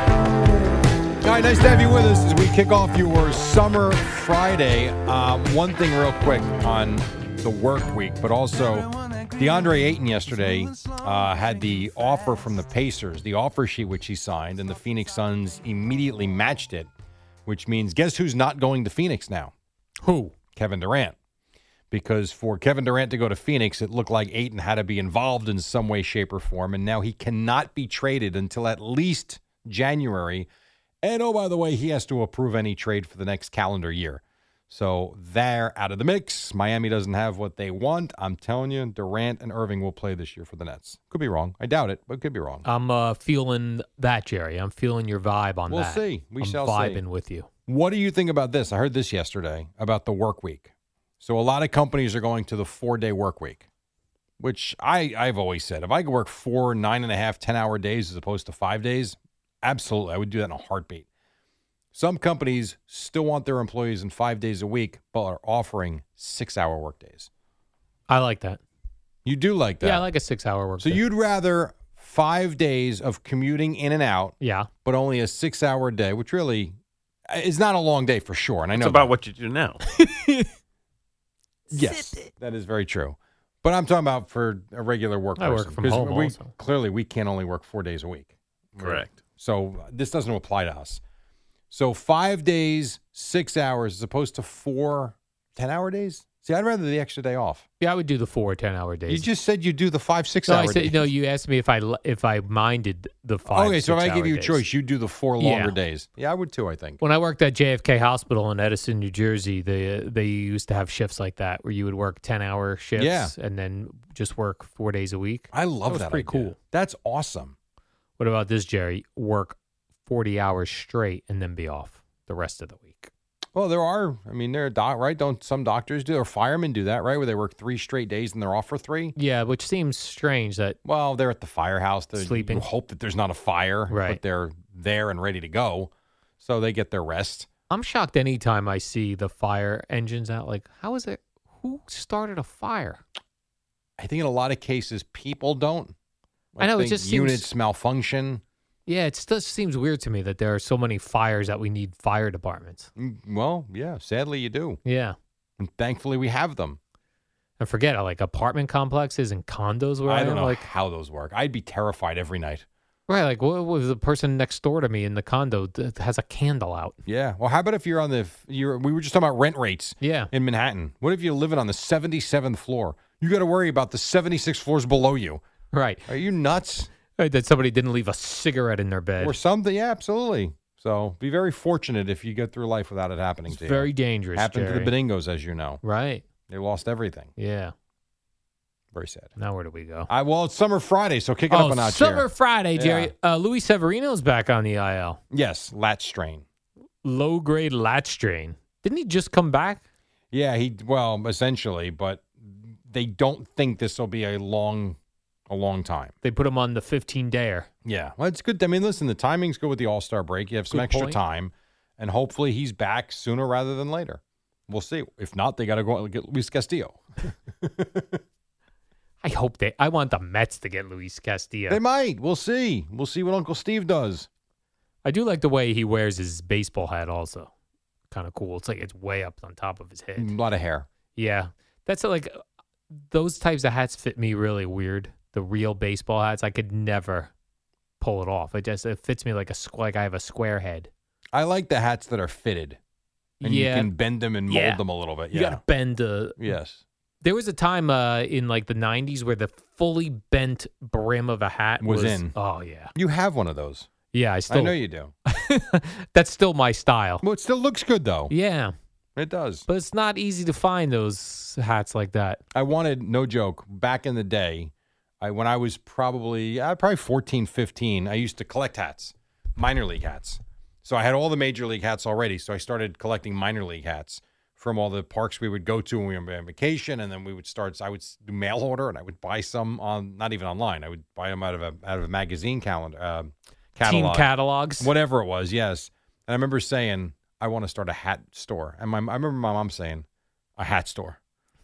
Speaker 4: All right, nice to have you with us as we kick off your summer Friday. Um, one thing, real quick, on the work week, but also DeAndre Ayton yesterday uh, had the offer from the Pacers, the offer sheet which he signed, and the Phoenix Suns immediately matched it, which means guess who's not going to Phoenix now?
Speaker 5: Who?
Speaker 4: Kevin Durant. Because for Kevin Durant to go to Phoenix, it looked like Ayton had to be involved in some way, shape, or form, and now he cannot be traded until at least January. And oh, by the way, he has to approve any trade for the next calendar year. So they're out of the mix. Miami doesn't have what they want. I'm telling you, Durant and Irving will play this year for the Nets. Could be wrong. I doubt it, but could be wrong.
Speaker 5: I'm uh, feeling that, Jerry. I'm feeling your vibe on
Speaker 4: We'll
Speaker 5: that.
Speaker 4: see. We
Speaker 5: I'm
Speaker 4: shall see.
Speaker 5: vibing with you.
Speaker 4: What do you think about this? I heard this yesterday about the work week. So a lot of companies are going to the four day work week, which I, I've always said if I could work four, nine and a half, ten hour days as opposed to five days, absolutely, I would do that in a heartbeat. Some companies still want their employees in five days a week, but are offering six hour work days.
Speaker 5: I like that.
Speaker 4: You do like that.
Speaker 5: Yeah, I like a six-hour work.
Speaker 4: So you'd rather five days of commuting in and out,
Speaker 5: yeah,
Speaker 4: but only a six-hour day, which really uh, is not a long day for sure. And I
Speaker 6: It's
Speaker 4: know
Speaker 6: about
Speaker 4: that.
Speaker 6: what you do now.
Speaker 4: yes, that is very true. But I'm talking about for a regular work.
Speaker 6: I work
Speaker 4: person,
Speaker 6: from
Speaker 4: 'cause
Speaker 6: home
Speaker 4: we-
Speaker 6: also.
Speaker 4: Clearly, we can only work four days a week.
Speaker 6: Correct.
Speaker 4: So uh, this doesn't apply to us. So five days, six hours, as opposed to four 10-hour days. See, I'd rather the extra day off.
Speaker 5: Yeah, I would do the four 10-hour days.
Speaker 4: You just said you do the five,
Speaker 5: no,
Speaker 4: six-hour
Speaker 5: I said,
Speaker 4: days.
Speaker 5: no, you asked me if I li- if I minded the five.
Speaker 4: okay, so if I
Speaker 5: six-hour
Speaker 4: give you a
Speaker 5: days.
Speaker 4: choice, you do the four
Speaker 5: Yeah.
Speaker 4: longer days. Yeah, I would too, I think.
Speaker 5: When I worked at JFK Hospital in Edison, New Jersey, they they used to have shifts like that where you would work ten hour shifts
Speaker 4: Yeah.
Speaker 5: and then just work four days a week.
Speaker 4: I love
Speaker 5: was
Speaker 4: that.
Speaker 5: Pretty
Speaker 4: idea.
Speaker 5: cool.
Speaker 4: That's awesome.
Speaker 5: What about this, Jerry? Work 40 hours straight and then be off the rest of the week.
Speaker 4: Well, there are. I mean, there are doc right. Don't some doctors do or firemen do that right? Where they work three straight days and they're off for three.
Speaker 5: Yeah, which seems strange that.
Speaker 4: Well, they're at the firehouse. They're,
Speaker 5: Sleeping.
Speaker 4: You hope that there's not a fire. Right. But they're there and ready to go, so they get their rest.
Speaker 5: I'm shocked anytime I see the fire engines out. Like, how is it? Who started a fire?
Speaker 4: I think in a lot of cases people don't.
Speaker 5: I know, it
Speaker 4: think
Speaker 5: just seems-
Speaker 4: units malfunction.
Speaker 5: Yeah, it still seems weird to me that there are so many fires that we need fire departments.
Speaker 4: Mm, Well, yeah. Sadly, you do.
Speaker 5: Yeah.
Speaker 4: And thankfully, we have them.
Speaker 5: And forget uh, like apartment complexes and condos where
Speaker 4: I
Speaker 5: I,
Speaker 4: don't
Speaker 5: am,
Speaker 4: know
Speaker 5: Like,
Speaker 4: how those work. I'd be terrified every night.
Speaker 5: right? Like, what was the person next door to me in the condo that has a candle out?
Speaker 4: Yeah. Well, how about if you're on the you're we were just talking about rent rates.
Speaker 5: Yeah.
Speaker 4: In Manhattan, what if you're living on the 77th floor? You got to worry about the 76 floors below you.
Speaker 5: Right.
Speaker 4: Are you nuts?
Speaker 5: Right, that somebody didn't leave a cigarette in their bed.
Speaker 4: Or something? Yeah, absolutely. So be very fortunate if you get through life without it happening to you.
Speaker 5: very dangerous,
Speaker 4: Happened to the
Speaker 5: Jerry.
Speaker 4: Beningos, as you know.
Speaker 5: Right.
Speaker 4: They lost everything.
Speaker 5: Yeah.
Speaker 4: Very sad.
Speaker 5: Now where do we go?
Speaker 4: I well, it's summer Friday, so kick it up
Speaker 5: oh,
Speaker 4: a notch.
Speaker 5: Summer
Speaker 4: here.
Speaker 5: Friday,
Speaker 4: Yeah.
Speaker 5: Jerry. Uh, Luis Severino's back on the IL.
Speaker 4: Yes, lat strain.
Speaker 5: Low grade lat strain. Didn't he just come back?
Speaker 4: Yeah, he well, essentially, but they don't think this will be a long, a long time.
Speaker 5: They put him on the 15 dayer.
Speaker 4: Yeah, well, it's good. I mean, listen, the timing's good with the All Star break. You have some
Speaker 5: Good
Speaker 4: extra
Speaker 5: point.
Speaker 4: time, and hopefully he's back sooner rather than later. We'll see. If not, they got to go out and get Luis Castillo.
Speaker 5: I hope they. I want the Mets to get Luis Castillo.
Speaker 4: They might. We'll see. We'll see what Uncle Steve does.
Speaker 5: I do like the way he wears his baseball hat. Also, kind of cool. It's like it's way up on top of his
Speaker 4: A
Speaker 5: head.
Speaker 4: lot of hair.
Speaker 5: Yeah, that's like those types of hats fit me really weird. The real baseball hats, I could never pull it off. It just it fits me like a squ- like I have a square head.
Speaker 4: I like the hats that are fitted, and
Speaker 5: Yeah.
Speaker 4: you can bend them and mold
Speaker 5: Yeah.
Speaker 4: them a little bit. Yeah.
Speaker 5: You got to bend the
Speaker 4: yes.
Speaker 5: There was a time uh, in like the '90s where the fully bent brim of a hat
Speaker 4: Was
Speaker 5: was,
Speaker 4: in.
Speaker 5: Oh yeah,
Speaker 4: You have one of those.
Speaker 5: yeah. I still
Speaker 4: I know you do.
Speaker 5: That's still my style.
Speaker 4: Well, it still looks good though.
Speaker 5: Yeah,
Speaker 4: It does.
Speaker 5: but it's not easy to find those hats like that.
Speaker 4: I wanted, no joke, back in the day, I when I was probably uh, probably 14, 15, I used to collect hats, minor league hats. So I had all the major league hats already. So I started collecting minor league hats from all the parks we would go to when we were on vacation, and then we would start. I would s- do mail order, and I would buy some on not even online. I would buy them out of a out of a magazine calendar, uh, catalog,
Speaker 5: Teen catalogs.
Speaker 4: whatever it was. Yes, and I remember saying, "I want to start a hat store," and my I remember my mom saying, "A hat store."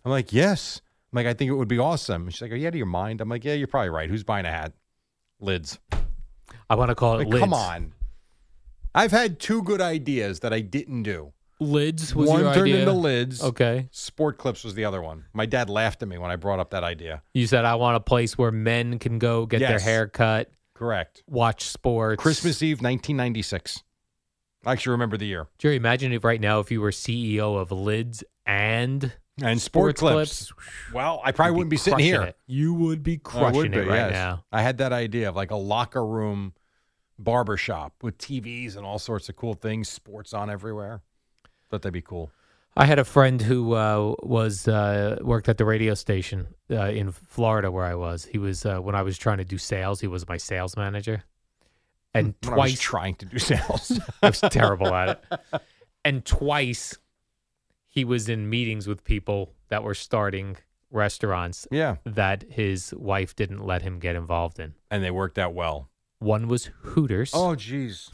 Speaker 4: I'm like, yes. I'm like, I think it would be awesome. She's like, are you out of your mind? I'm like, yeah, you're probably right. Who's buying a hat? Lids.
Speaker 5: I want to call it
Speaker 4: Like,
Speaker 5: lids.
Speaker 4: Come on. I've had two good ideas that I didn't do.
Speaker 5: lids was
Speaker 4: one
Speaker 5: your
Speaker 4: turned
Speaker 5: idea.
Speaker 4: into lids.
Speaker 5: Okay,
Speaker 4: Sport clips was the other one. My dad laughed at me when I brought up that idea.
Speaker 5: you said I want a place where men can go get their
Speaker 4: Yes.
Speaker 5: hair cut,
Speaker 4: Correct.
Speaker 5: watch sports.
Speaker 4: Christmas Eve, 1996. I actually remember the year.
Speaker 5: Jerry, imagine if right now if you were CEO of lids and
Speaker 4: And sport,
Speaker 5: Sports
Speaker 4: clips. Well, I probably
Speaker 5: You'd be
Speaker 4: wouldn't be sitting
Speaker 5: crushing
Speaker 4: here.
Speaker 5: it. You would be
Speaker 4: I
Speaker 5: crushing
Speaker 4: would
Speaker 5: it
Speaker 4: be,
Speaker 5: right
Speaker 4: yes.
Speaker 5: now.
Speaker 4: I had that idea of like a locker room barber shop with TVs and all sorts of cool things, sports on everywhere. Thought that'd be cool.
Speaker 5: I had a friend who uh, was uh, worked at the radio station uh, in Florida where I was. He was uh, when I was trying to do sales. He was my sales manager, and
Speaker 4: Hmm, When I was
Speaker 5: twice
Speaker 4: trying to do sales.
Speaker 5: I was terrible at it. And twice he was in meetings with people that were starting restaurants
Speaker 4: yeah.
Speaker 5: that his wife didn't let him get involved in.
Speaker 4: And they worked out well.
Speaker 5: One was Hooters.
Speaker 4: Oh, jeez.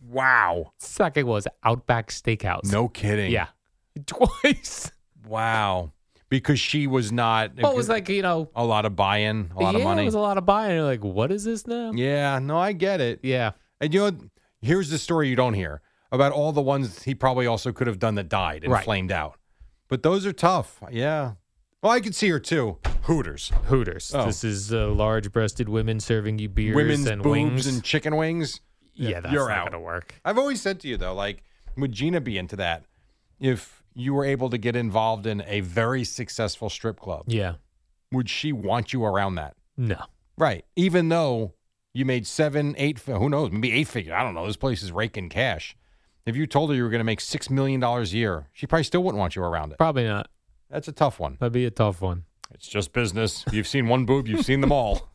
Speaker 4: Wow.
Speaker 5: Second was Outback Steakhouse.
Speaker 4: No kidding.
Speaker 5: Yeah. Twice.
Speaker 4: Wow. Because she was not.
Speaker 5: Well, it was like, you know,
Speaker 4: a lot of buy in, a lot
Speaker 5: yeah,
Speaker 4: of money.
Speaker 5: It was a lot of buying. You're like, what is this now?
Speaker 4: yeah. No, I get it.
Speaker 5: Yeah.
Speaker 4: And you know, what? here's the story you don't hear about all the ones he probably also could have done that died and
Speaker 5: Right.
Speaker 4: flamed out. But those are tough. Yeah. Well, I could see her too. Hooters,
Speaker 5: Hooters.
Speaker 4: Oh.
Speaker 5: This is uh, large-breasted women serving you beers
Speaker 4: women's
Speaker 5: and
Speaker 4: boobs
Speaker 5: wings.
Speaker 4: and chicken wings.
Speaker 5: yeah, that's
Speaker 4: you're
Speaker 5: not
Speaker 4: out.
Speaker 5: gonna work.
Speaker 4: I've always said to you though, like, would Gina be into that if you were able to get involved in a very successful strip club?
Speaker 5: Yeah.
Speaker 4: Would she want you around that?
Speaker 5: No.
Speaker 4: Right. Even though you made seven, eight, fi- who knows, maybe eight figure. I don't know. This place is raking cash. If you told her you were going to make $6 million a year, she probably still wouldn't want you around it.
Speaker 5: Probably not.
Speaker 4: That's a tough one.
Speaker 5: That'd be a tough one.
Speaker 4: It's just business. You've seen one boob, you've seen them all.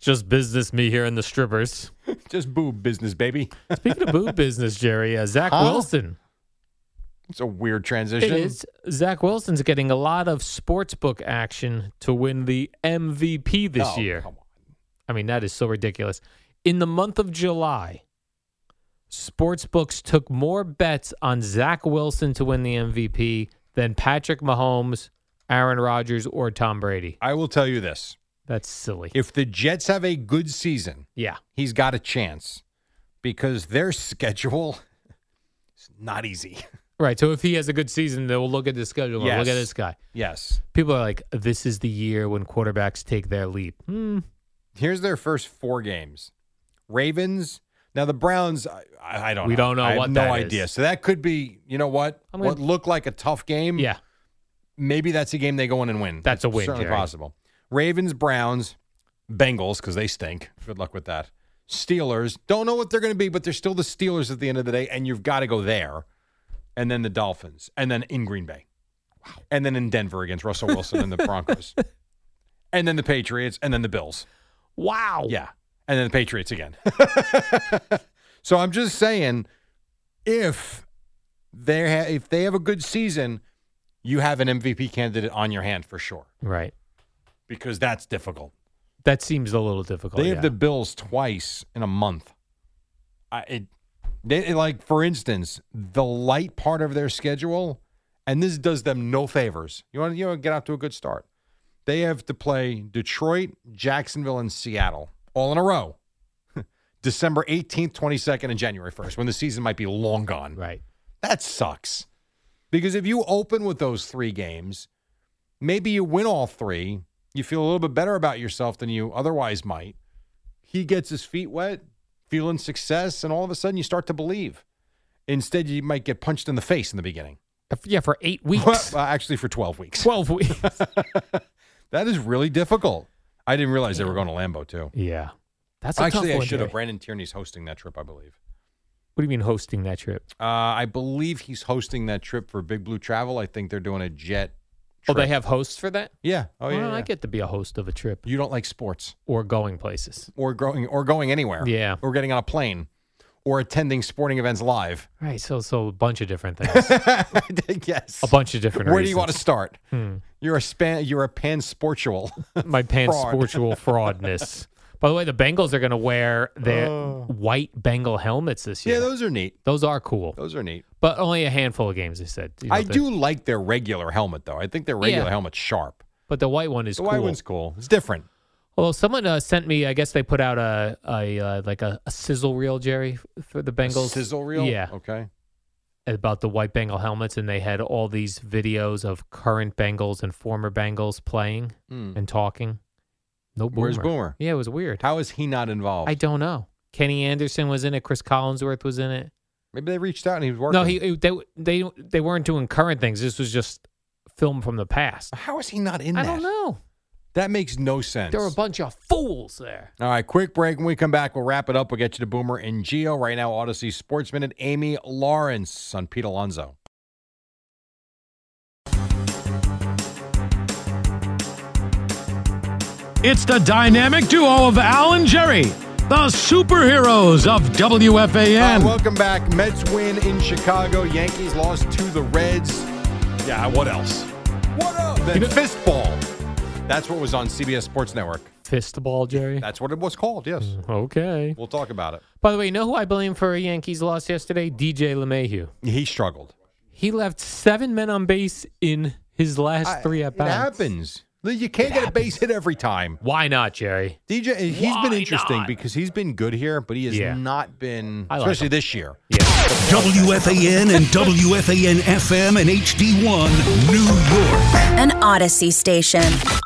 Speaker 5: Just business, me here and the strippers.
Speaker 4: Just boob business, baby.
Speaker 5: Speaking of boob business, Jerry, uh, Zach
Speaker 4: Huh?
Speaker 5: Wilson.
Speaker 4: It's a weird transition.
Speaker 5: It is. Zach Wilson's getting a lot of sports book action to win the MVP this
Speaker 4: Oh,
Speaker 5: year. I mean, that is so ridiculous. In the month of July, sports books took more bets on Zach Wilson to win the MVP than Patrick Mahomes, Aaron Rodgers, or Tom Brady.
Speaker 4: I will tell you this.
Speaker 5: That's silly.
Speaker 4: If the Jets have a good season,
Speaker 5: yeah,
Speaker 4: he's got a chance because their schedule is not easy.
Speaker 5: Right. So if he has a good season, they'll look at the schedule. and Look
Speaker 4: Yes.
Speaker 5: at this guy.
Speaker 4: Yes.
Speaker 5: People are like, this is the year when quarterbacks take their leap. Hmm.
Speaker 4: Here's their first four games. Ravens. Now the Browns. I, I I don't.
Speaker 5: We
Speaker 4: know.
Speaker 5: don't know
Speaker 4: I have
Speaker 5: what
Speaker 4: no
Speaker 5: that is.
Speaker 4: idea. So that could be. You know what?
Speaker 5: I'm gonna-
Speaker 4: what looked like a tough game.
Speaker 5: Yeah.
Speaker 4: Maybe that's a game they go in and win.
Speaker 5: That's a win,
Speaker 4: Certainly
Speaker 5: Jerry.
Speaker 4: possible. Ravens, Browns, Bengals because they stink. Good luck with that. Steelers. Don't know what they're going to be, but they're still the Steelers at the end of the day, and you've got to go there. And then the Dolphins, and then in Green Bay, and then in Denver against Russell Wilson and the Broncos, and then the Patriots, and then the Bills.
Speaker 5: Wow.
Speaker 4: Yeah. And then the Patriots again. so I'm just saying if they ha- if they have a good season, you have an MVP candidate on your hand for sure
Speaker 5: Right.
Speaker 4: because that's difficult.
Speaker 5: That seems a little difficult.
Speaker 4: They
Speaker 5: yeah.
Speaker 4: have the Bills twice in a month. I it, they, it- like for instance, the light part of their schedule and this does them no favors. You want to you want to get out to a good start. They have to play Detroit, Jacksonville and Seattle all in a row. December 18th, 22nd and January 1st when the season might be long gone.
Speaker 5: Right.
Speaker 4: That sucks. Because if you open with those 3 games, maybe you win all 3, you feel a little bit better about yourself than you otherwise might he gets his feet wet, feeling success, and all of a sudden you start to believe. Instead, you might get punched in the face in the beginning.
Speaker 5: Yeah, for eight weeks.
Speaker 4: Well, actually, for 12 weeks.
Speaker 5: 12 weeks.
Speaker 4: that is really difficult. I didn't realize they were going to Lambeau, too.
Speaker 5: Yeah. That's a tough
Speaker 4: actually, I
Speaker 5: one,
Speaker 4: should have.
Speaker 5: Jerry.
Speaker 4: Brandon Tierney's hosting that trip, I believe.
Speaker 5: What do you mean hosting that trip?
Speaker 4: Uh, I believe he's hosting that trip for Big Blue Travel. I think they're doing a jet.
Speaker 5: Oh, they
Speaker 4: trip.
Speaker 5: have hosts for that?
Speaker 4: Yeah. Oh, yeah.
Speaker 5: Well, I
Speaker 4: yeah.
Speaker 5: get to be a host of a trip
Speaker 4: You don't like sports
Speaker 5: or going places.
Speaker 4: or growing or going anywhere.
Speaker 5: Yeah.
Speaker 4: Or getting on a plane or attending sporting events live.
Speaker 5: Right. So, so a bunch of different things.
Speaker 4: yes.
Speaker 5: A bunch of different
Speaker 4: Where do you want to
Speaker 5: reasons.
Speaker 4: start?
Speaker 5: Hmm.
Speaker 4: You're a span. You're a pansportual.
Speaker 5: My pansportual
Speaker 4: Fraud.
Speaker 5: fraudness. By the way, the Bengals are going to wear their
Speaker 4: Oh.
Speaker 5: white Bengal helmets this year.
Speaker 4: yeah, those are neat.
Speaker 5: Those are cool,
Speaker 4: Those are neat.
Speaker 5: but only a handful of games. They said. You know,
Speaker 4: I
Speaker 5: the-
Speaker 4: do like their regular helmet though. I think their regular
Speaker 5: Yeah.
Speaker 4: helmet's sharp.
Speaker 5: but the white one is
Speaker 4: the
Speaker 5: cool.
Speaker 4: white one's cool. It's different.
Speaker 5: Although someone uh, sent me, I guess they put out a, a uh, like a, a sizzle reel, Jerry, for the Bengals.
Speaker 4: sizzle reel. Oh.
Speaker 5: Yeah.
Speaker 4: Okay.
Speaker 5: about the white Bengal helmets, and they had all these videos of current Bengals and former Bengals playing
Speaker 4: Hmm.
Speaker 5: and talking. No boomer.
Speaker 4: Where's Boomer?
Speaker 5: Yeah, it was weird.
Speaker 4: How is he not involved?
Speaker 5: I don't know. Kenny Anderson was in it. Chris Collinsworth was in it.
Speaker 4: Maybe they reached out and he was working.
Speaker 5: No, he they they they weren't doing current things. This was just film from the past.
Speaker 4: How is he not in
Speaker 5: I
Speaker 4: that?
Speaker 5: don't know.
Speaker 4: That makes no sense.
Speaker 5: There were a bunch of fools there.
Speaker 4: All right, quick break. When we come back, we'll wrap it up. We'll get you to Boomer and Geo. Right now, Odyssey Sports Minute, Amy Lawrence on Pete Alonso.
Speaker 3: It's the dynamic duo of Al and Jerry, the superheroes of WFAN.
Speaker 4: Uh, welcome back. Mets win in Chicago. Yankees lost to the Reds. Yeah, what else? What else? The fistball. That's what was on CBS Sports Network.
Speaker 5: Fistball, Jerry.
Speaker 4: That's what it was called, yes.
Speaker 5: Mm. Okay.
Speaker 4: We'll talk about it.
Speaker 5: By the way, you know who I blame for a Yankees loss yesterday? DJ LeMahieu.
Speaker 4: He struggled.
Speaker 5: He left seven men on base in his last
Speaker 4: I-
Speaker 5: three at
Speaker 4: It
Speaker 5: bats.
Speaker 4: happens. You can't get a base hit every time.
Speaker 5: Why not, Jerry?
Speaker 4: DJ, he's
Speaker 5: Why
Speaker 4: been interesting
Speaker 5: not?
Speaker 4: because he's been good here, but he has
Speaker 5: Yeah.
Speaker 4: not been,
Speaker 5: I like
Speaker 4: especially
Speaker 5: him.
Speaker 4: this year.
Speaker 1: WFAN and WFAN FM and HD1, New York.
Speaker 11: An Odyssey station.